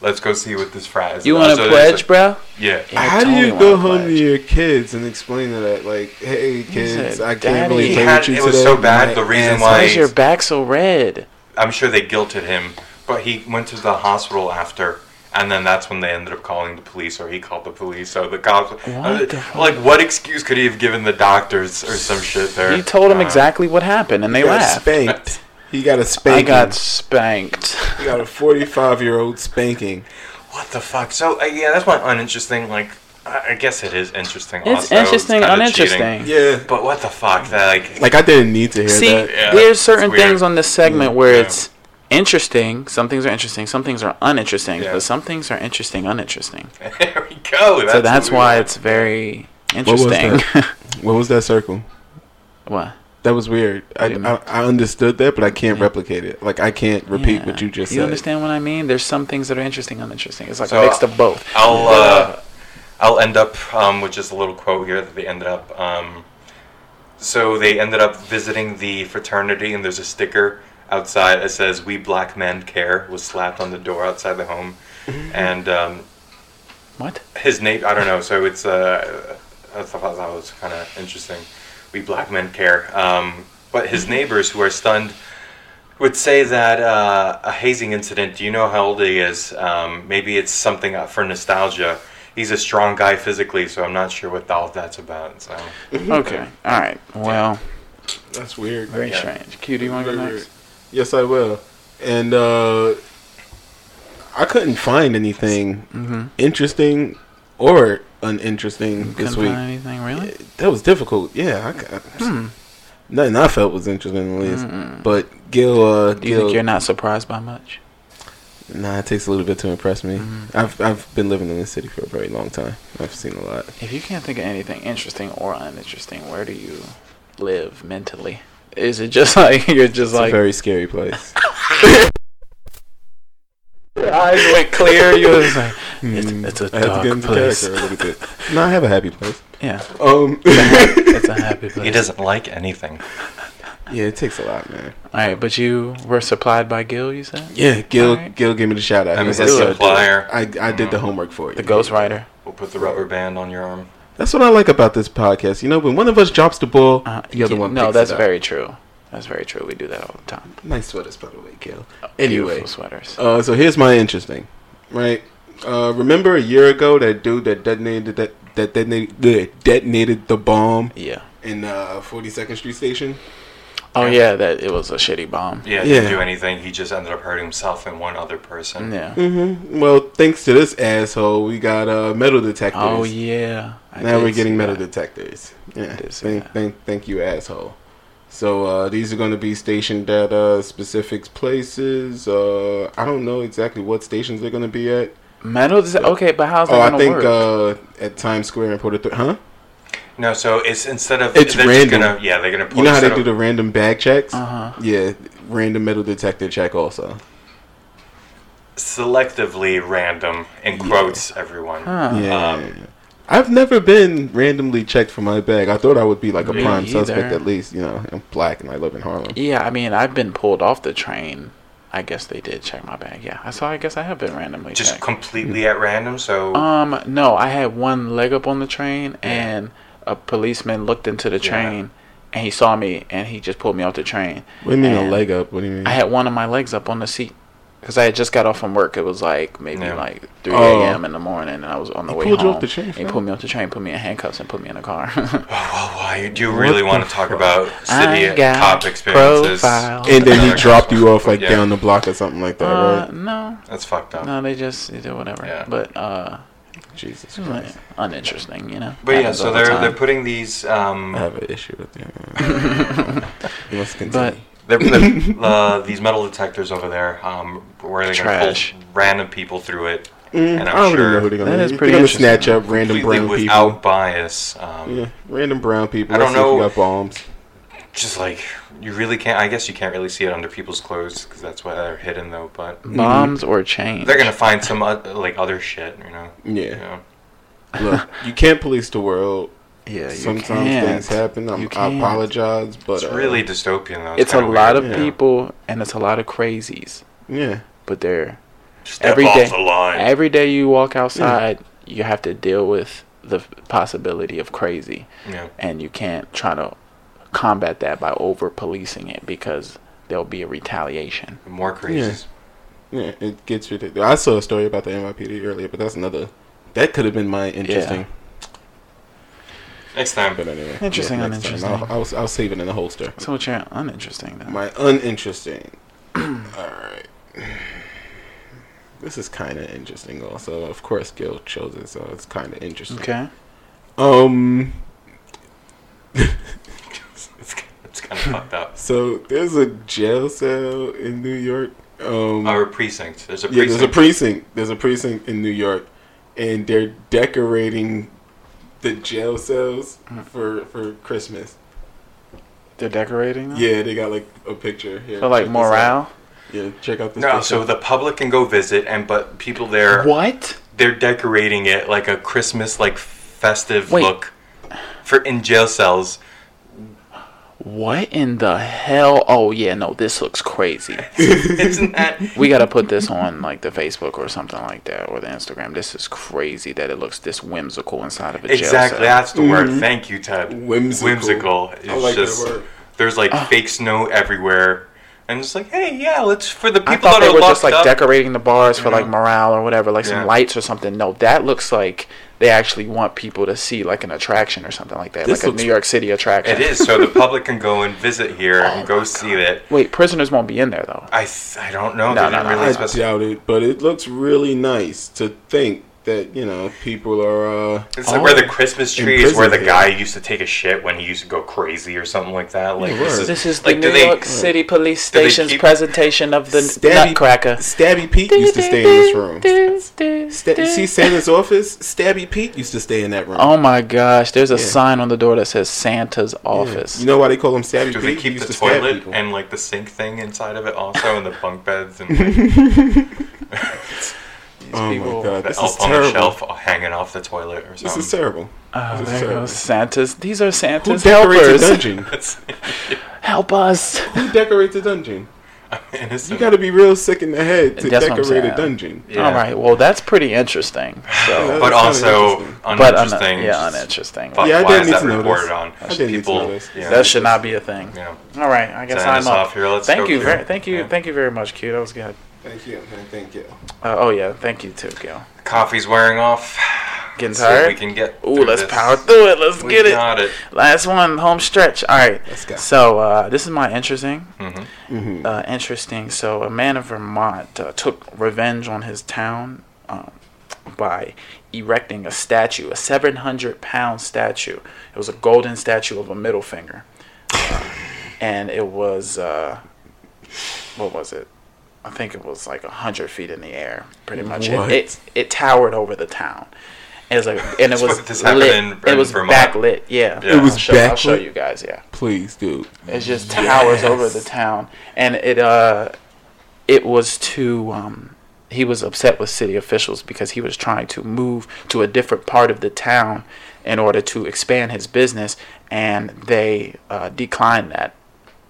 Let's go see what this frat is."
"You
about."
want
So
to
there's
pledge,
a-
bro?"
Yeah.
I
How do you
totally
go
wanna
home to
pledge.
your kids and explain to that? Like, hey, kids,
said,
I can't
"Daddy."
really
He
play
had-
with you
it was
today.
so bad,
My
the reason
ass
why-
Why
hurts."
is your back so red?
I'm sure they guilted him, but he went to the hospital after, and then that's when they ended up calling the police, or he called the police. So the cops,
What the
like, what excuse could he have given the doctors or some shit there?
You told him
Uh,
exactly what happened, and they
He got
laughed.
spanked. He got a
I
spanking.
got spanked.
He got a 45 year old spanking.
What the fuck? So uh, yeah, that's my uninteresting. Like, I I guess it is interesting.
It's
also.
interesting,
kinda
uninteresting.
Yeah.
But what the fuck? That like,
Like, I didn't need to hear
See,
that.
Yeah,
there's
it's
certain
weird.
things on this segment where
Yeah.
it's interesting. Some things are interesting. Some things are uninteresting.
Yeah.
But some things are interesting, uninteresting.
there we go. That's
so that's
what we
why
want.
it's very
was
interesting.
What was that circle?
What?
That was weird. I,
do you
I, I understood that, but I can't replicate it. Like I can't repeat
Yeah.
what you just
You
said.
understand what I mean? There's some things that are interesting, uninteresting. It's like
So,
a mixed of both.
I'll uh, I'll end up um, with just a little quote here that they ended up. Um, So they ended up visiting the fraternity, and there's a sticker outside that says "We Black Men Care" was slapped on the door outside the home,
Mm-hmm.
and um,
What?
his name I don't know. So it's uh, I thought that was kind of interesting. We black men care, um, but his neighbors who are stunned would say that uh, a hazing incident. Do you know how old he is? Um, maybe it's something for nostalgia. He's a strong guy physically, so I'm not sure what all of that's about. So
Okay. All right. Well,
That's weird.
very strange. Q, do you want to go
Very
next?
weird. Yes, I will. And uh, I couldn't find anything interesting or uninteresting this
Mm-hmm. Couldn't
week.
find Hmm. anything really?
That was difficult. Yeah, I, ca- nothing I felt was interesting at least. But Gil, uh,
Do you
Gil,
think you're not surprised by much?
nah, it takes a little bit to impress me.
Mm-hmm.
I've I've been living in this city for a very long time. I've seen a lot.
If you can't think of anything interesting or uninteresting, where do you live mentally? Is it just like you're just
It's
like
a very scary place.
your eyes went clear? You was like, it's, it's a
Hmm. I have to get
dark
into
place.
character a little bit. No, I have a happy place.
Yeah,
Um,
it's a happy place.
he doesn't like anything.
yeah, it takes a lot, man.
All right, but you were supplied by Gil. You said
Yeah, Gil,
Alright.
Gil gave me the shout out.
I'm
He
his
was like, "Yo, dude,
supplier."
I, I did the homework for you.
Mm-hmm. the Ghost Rider.
We'll put the rubber band on your arm.
That's what I like about this podcast. You know, when one of us drops the ball,
Uh,
the other
yeah,
one.
No,
picks
that's
it up.
very true. That's very true. We do that all the time.
nice sweaters, by the way, Gil.
Beautiful
Anyway,
sweaters.
uh, so here's my interesting, right? Uh, remember a year ago that dude that detonated that that detonated the, detonated the bomb
yeah.
in uh, 42nd Street Station?
Oh yeah, that it was a shitty bomb.
Yeah, he didn't
Yeah.
do anything. He just ended up hurting himself and one other person.
Yeah.
Mm-hmm. Well, thanks to this asshole, we got uh, metal detectors.
Oh yeah. I
Now
did
we're getting
see
metal
that.
detectors. Yeah.
did see
Thank,
that.
thank, thank you, asshole. So uh, these are going to be stationed at uh, specific places. Uh, I don't know exactly what stations they're going to be at.
Metal detector. Okay, but how's that
Oh, I
gonna
think
work?
uh, at Times Square and Puerto Th- Huh?
No, so it's instead of
It's
they're just
random.
Gonna, yeah, they're gonna.
You know how
instead
they
of-
do the random bag checks?
Uh-huh.
Yeah, random metal detector check also.
selectively random in quotes everyone.
Yeah. I've never been randomly checked for my bag. I thought I would be like a
Me
prime
either.
suspect at least. You know, I'm black and I live in Harlem.
yeah, I mean, I've been pulled off the train. I guess they did check my bag. Yeah, so I guess I have been randomly
Just
checked.
completely at random. So
um, no, I had one leg up on the train, and a policeman looked into the train, and he saw me, and he just pulled me off the train.
What do you mean a
And
leg up? What do you mean?
I had one of my legs up on the seat because I had just got off from work. It was like maybe
Yeah.
like three
Oh.
a.m. in the morning, and I was on the way
pulled you
home.
off the train,
he
fam?
pulled me off the train, put me in handcuffs, and put me in a car.
oh, why do you really want to talk about city
I got
cop experiences?
profile.
and then he
Another
dropped you off like
Yeah.
down the block or something like that,
uh,
right?
no,
That's fucked up.
no, they just they did whatever.
Yeah.
But uh,
Jesus
it was, like,
Christ.
uninteresting, you know.
But yeah,
Happens
so
all the
they're
time. Uh.
they're putting these um
I have an issue with that. you must continue.
but
they're, they're, uh, these metal detectors over there um where they're gonna
Trash. Eh,
pull random people through it, and
Mm, I
I'm
don't even know who
sure
they're gonna.
That
be.
is
They're
pretty
gonna
interesting.
snatch up random
completely
brown
without
people.
bias. Um,
Yeah, random brown people.
I don't
Let's see if
know.
we Got bombs.
Just like you really can't. I guess you can't really see it under people's clothes because that's why they're hidden though. But
bombs or chains.
Mhm. they're gonna find some uh, like other shit, you know.
Mm.
Yeah.
You know?
Look, you can't police the world.
yeah, you
Sometimes
can't.
things happen. I'm,
You
I
can't.
apologize,
It's
but uh,
really dystopian though.
It's a lot of
Yeah.
people and it's a lot of crazies,
yeah.
but they're
Step
every day.
the line.
Every day you walk outside, you have to deal with the f- possibility of crazy,
yeah.
and you can't try to combat that by over policing it because there'll be a retaliation.
More crazies.
Yeah, it gets ridiculous. I saw a story about the NYPD earlier, but that's another. That could have been my interesting.
Next time.
But anyway,
Interesting,
yeah, next time.
uninteresting.
I'll, I'll, I'll save it in the holster.
So what's your uninteresting then?
My uninteresting. All right. This is kind of interesting, also. Of course, Gil chose it, so it's kind of interesting.
okay.
Um.
It's, it's kind of fucked up.
So there's a jail cell in New York. Um.
Our Oh, precinct. There's a
yeah,
precinct.
there's a precinct. There's a precinct in New York, and they're decorating the jail cells
Mm.
for for Christmas.
They're decorating them?
Yeah, they got like a picture here.
So like
check this out.
morale?
Yeah, check out this.
no,
picture.
so the public can go visit, and but people there
What?
they're decorating it like a Christmas like festive
Wait.
look for in jail cells.
what in the hell? Oh yeah, no, this looks crazy.
Isn't that?
we gotta put this on like the Facebook or something like that or the Instagram. This is crazy that it looks this whimsical inside of a
Exactly,
jail cell.
that's the word. Thank you, Ted.
Mm-hmm. Whimsical.
Whimsical. It's
I like that
just
word.
there's like
Ah.
fake snow everywhere, and it's like, hey, yeah, let's for the
I
people
thought
that
they
are
were just
locked
like
up.
decorating the bars for
you know?
like morale or whatever, like
Yeah.
some lights or something. No, that looks like they actually want people to see like an attraction or something like that,
This
like a
looks-
New York City attraction.
it is so the public can go and visit here
Oh
and go see that.
Wait, prisoners won't be in there though.
I th- I don't know.
No,
they didn't
no, no.
really
I
specify.
doubt it, but it looks really nice to think that you know people are. Uh,
It's like
oh,
where the Christmas tree is where the
prison,
guy used to take a shit when he used to go crazy or something like that. Like
word.
this is,
This is the
like
New
do they Hmm.
York City Police
do they
Station's
keep-
presentation of the
Stabby-
Nutcracker.
Stabby Pete used to stay in this room. Sta- see Santa's office. Stabby Pete used to stay in that room.
Oh my gosh, there's a sign on the door that says Santa's office.
You know why they call him Stabby
do
Pete?
they
He
keep
used
the
to stab
toilet
people.
and like the sink thing inside of it also and the bunk beds and like,
oh
people-
my god,
the
this is
elf on the
terrible.
shelf hanging off the toilet or
This
something.
is terrible.
Oh,
This is
there
terrible.
goes Santa's. These are
Who
Santa's
decorates a
helpers.
dungeon?
Help us.
Who decorates a dungeon? You
Innocent.
got to be real sick in the head to
That's what I'm
decorate a
saying.
dungeon.
Yeah.
All right. Well, that's pretty interesting.
but
So,
That's kinda
also
interesting.
uninteresting.
but un- yeah,
just
uninteresting.
Fuck,
Yeah, I
why
didn't
is
need
that
to know this.
reported on?
I didn't need to
People,
know this.
Yeah,
That should not be a thing.
yeah.
All right. I guess
Sign us
I'm up.
off here. Let's
thank
go,
you.
Gil.
Very, thank you.
Yeah.
Thank you very much, Q. That was good.
Thank you, man. Thank you.
Uh, oh yeah. Thank you too, Gil.
Coffee's wearing off.
Getting
Let's see if
tired.
we can get.
Ooh,
through
let's
this.
power through it. Let's
We
get it.
got it.
Last one, home stretch. All right.
Let's go. Mm-hmm.
So uh, this is my interesting.
Mm-hmm.
Uh, interesting. So a man in Vermont uh, took revenge on his town um, by erecting a statue, a 700 pound statue. It was a golden statue of a middle finger, Uh, and it was uh, what was it? I think it was like a hundred feet in the air, pretty much. It,
What?
it it towered over the town. It was like, and it was
what- this happened
lit.
in-
it
in
was
Vermont.
backlit. Yeah,
It was
I'll show, I'll show
backlit?
you guys. Yeah,
Please, dude.
it just towers over the town, and it uh, it was to um, he was upset with city officials because he was trying to move to a different part of the town in order to expand his business, and they uh, declined that.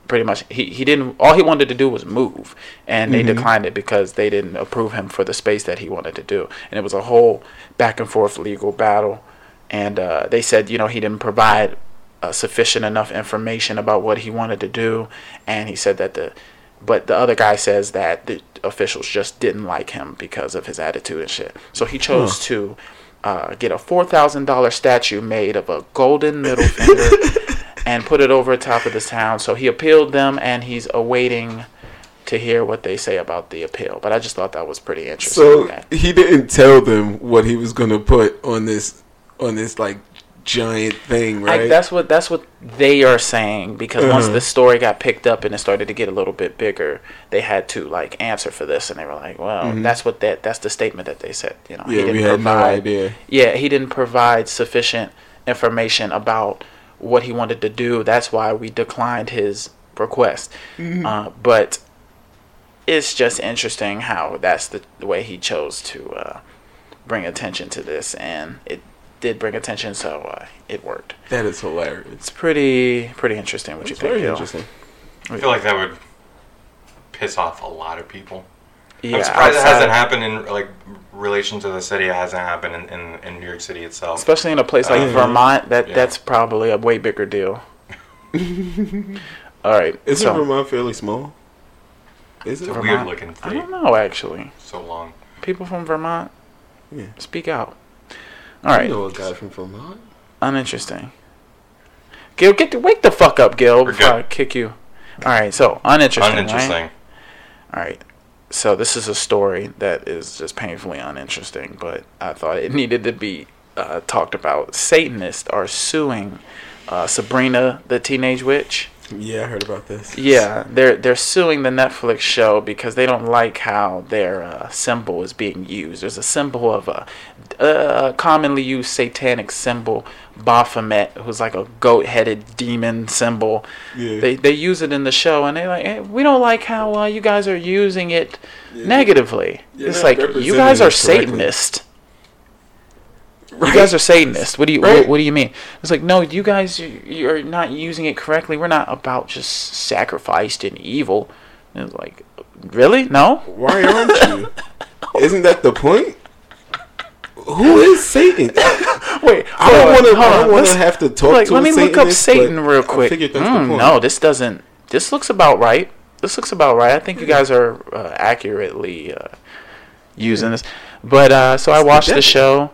Pretty much, he he didn't. All he wanted to do was move, and they declined it because they didn't approve him for the space that he wanted to do, and it was a whole back and forth legal battle. And uh, they said, you know, he didn't provide uh, sufficient enough information about what he wanted to do, and he said that the but the other guy says that the officials just didn't like him because of his attitude and shit. So he chose to uh, get a four thousand dollar statue made of a golden middle finger and put it over top of the town. So he appealed them, and he's awaiting to hear what they say about the appeal. But I just thought that was pretty interesting.
So
that-
he didn't tell them what he was gonna put on this on this like giant thing,
I-
right? Mm-hmm.
that's what that's what they are saying because once the story got picked up and it started to get a little bit bigger, they had to like answer for this, and they were like, "Well, that's what that that's the statement that they said." You know,
Mm-hmm. Yeah, we had no idea.
Yeah, he didn't provide sufficient information about what he wanted to do. That's why we declined his request.
Mm-hmm.
Uh, but it's just interesting how that's the, the way he chose to uh, bring attention to this, and it did bring attention, so uh, it worked.
that is hilarious.
It's pretty pretty interesting. What you
It's
think?
very
Gil?
interesting.
I feel like that would piss off a lot of people.
Yeah,
I'm surprised it
outside-
hasn't happened in like relation to the city. It hasn't happened in, in, in New York City itself.
Especially in a place like Vermont, that
yeah.
that's probably a way bigger deal. All right,
Isn't
so-
Vermont fairly small? Is it?
Vermont-
Weird looking
I
thing.
don't know actually.
So long.
People from Vermont,
Yeah.
speak out. All right,
You know a guy from Vermont?
uninteresting. Gil, get the, wake the fuck up, Gil,
We're
before I
good.
kick you. All right, so uninteresting. Uninteresting.
Uninteresting.
All right. So this is a story that is just painfully uninteresting, but I thought it needed to be uh, talked about. Satanists are suing uh, Sabrina the Teenage Witch.
Yeah, I heard about this.
Yeah, they're they're suing the Netflix show because they don't like how their uh, symbol is being used. There's a symbol of a, a commonly used satanic symbol, Baphomet, who's like a goat-headed demon symbol.
Yeah.
They they use it in the show, and they like hey, we don't like how uh, you guys are using it negatively.
You're
it's
not
like you
representing it
guys are
correctly.
Satanist. You guys are Satanists. What do you what-
Right.
what, do you mean? It's like no, you guys you- you're not using it correctly. We're not about just sacrificed and evil. And it's like really no.
Why aren't you? Isn't that the point? Who is Satan?
Wait,
I don't want to. I don't want to have to talk
Like,
to.
let
a
me look up
Satanist, but
Satan
I
real quick.
figured that's the
Mm,
point.
no, this doesn't. This looks about right. This looks about right. I think you guys are uh, accurately uh, using this. But uh, so I watched the,
devil.
show,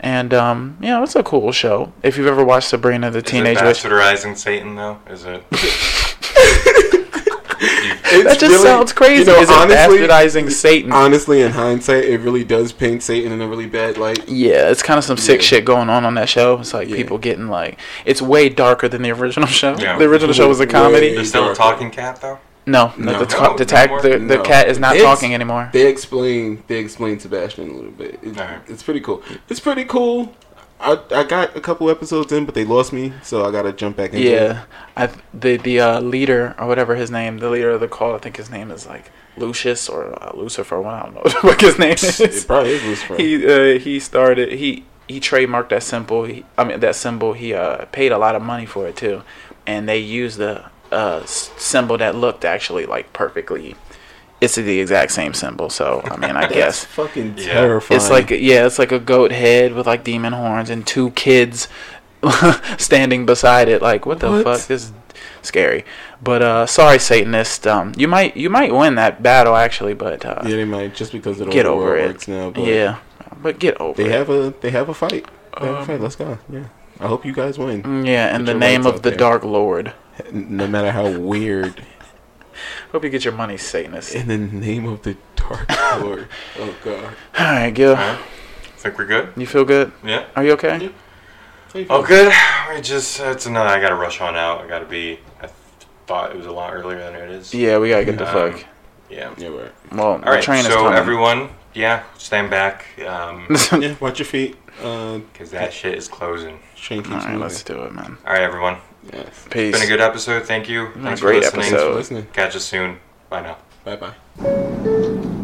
and um, yeah, it's a cool show. If you've ever watched Sabrina the
Is it
Teenage Witch,
bastardizing Satan though? Is it?
that just
really-
sounds crazy.
you know,
Is
honestly-
it bastardizing Satan?
Honestly, in hindsight, it really does paint Satan in a really bad light.
yeah, it's kind of some sick
Yeah.
shit going on on that show. It's like people getting like it's way darker than the original show.
Yeah.
The original show was a comedy.
Way
There's still a talking cat though.
No, no,
No.
the, ta-
No, no
the, tac-
more?
the, the
No.
cat is not
It's-
talking anymore.
They explain. They explain Sebastian a little bit. It's,
Alright.
it's pretty cool. It's pretty cool. I, I got a couple episodes in, but they lost me, so I gotta jump back into it.
Yeah, I the the uh, leader or whatever his name, the leader of the cult. I think his name is like Lucius or uh, Lucifer. Well, I don't know what his name is.
It probably is Lucifer.
He uh, he started he he trademarked that symbol. He, I mean that symbol. He uh, paid a lot of money for it too, and they used the uh, s- symbol that looked actually like perfectly. It's the exact same symbol. So I mean, I guess
Fucking
Yeah.
terrifying.
It's like yeah, it's like a goat head with like demon horns and two kids standing beside it. Like what the
What?
fuck? This is scary. But uh, sorry, Satanist. Um, you might you might win that battle actually, but uh,
yeah, they might just because of the
get
way the
over
world
it.
works now. But
yeah, but get over
they
it.
have a they have a fight. They have a
Um,
fight. Let's go. Yeah, I hope you guys win.
yeah, in
Get
the
your
name
rights
of
out
the
there.
Dark Lord.
No matter how weird.
Hope you get your money, Satanist.
In the name of the Dark Lord. oh God.
All right, Gil,
Alright. Think we're good?
you feel good?
Yeah.
Are you okay?
Oh, good. I just it's another. I gotta rush on out. I gotta be. I th- thought it was a lot earlier than it is.
Yeah, we gotta get the
Um,
fuck.
Yeah.
Yeah, right.
Well,
All
the
right.
train is
So
coming.
everyone, yeah, stand back because
Yeah, watch your feet. Uh,
that shit is closing.
train keeps
All right,
moving.
let's do it, man.
All right, everyone.
Yes.
Peace.
It's been a good episode. Thank you.
been a
Thanks
great
for listening.
Thanks for
So-
listening.
Catch us soon. Bye now.
Bye bye.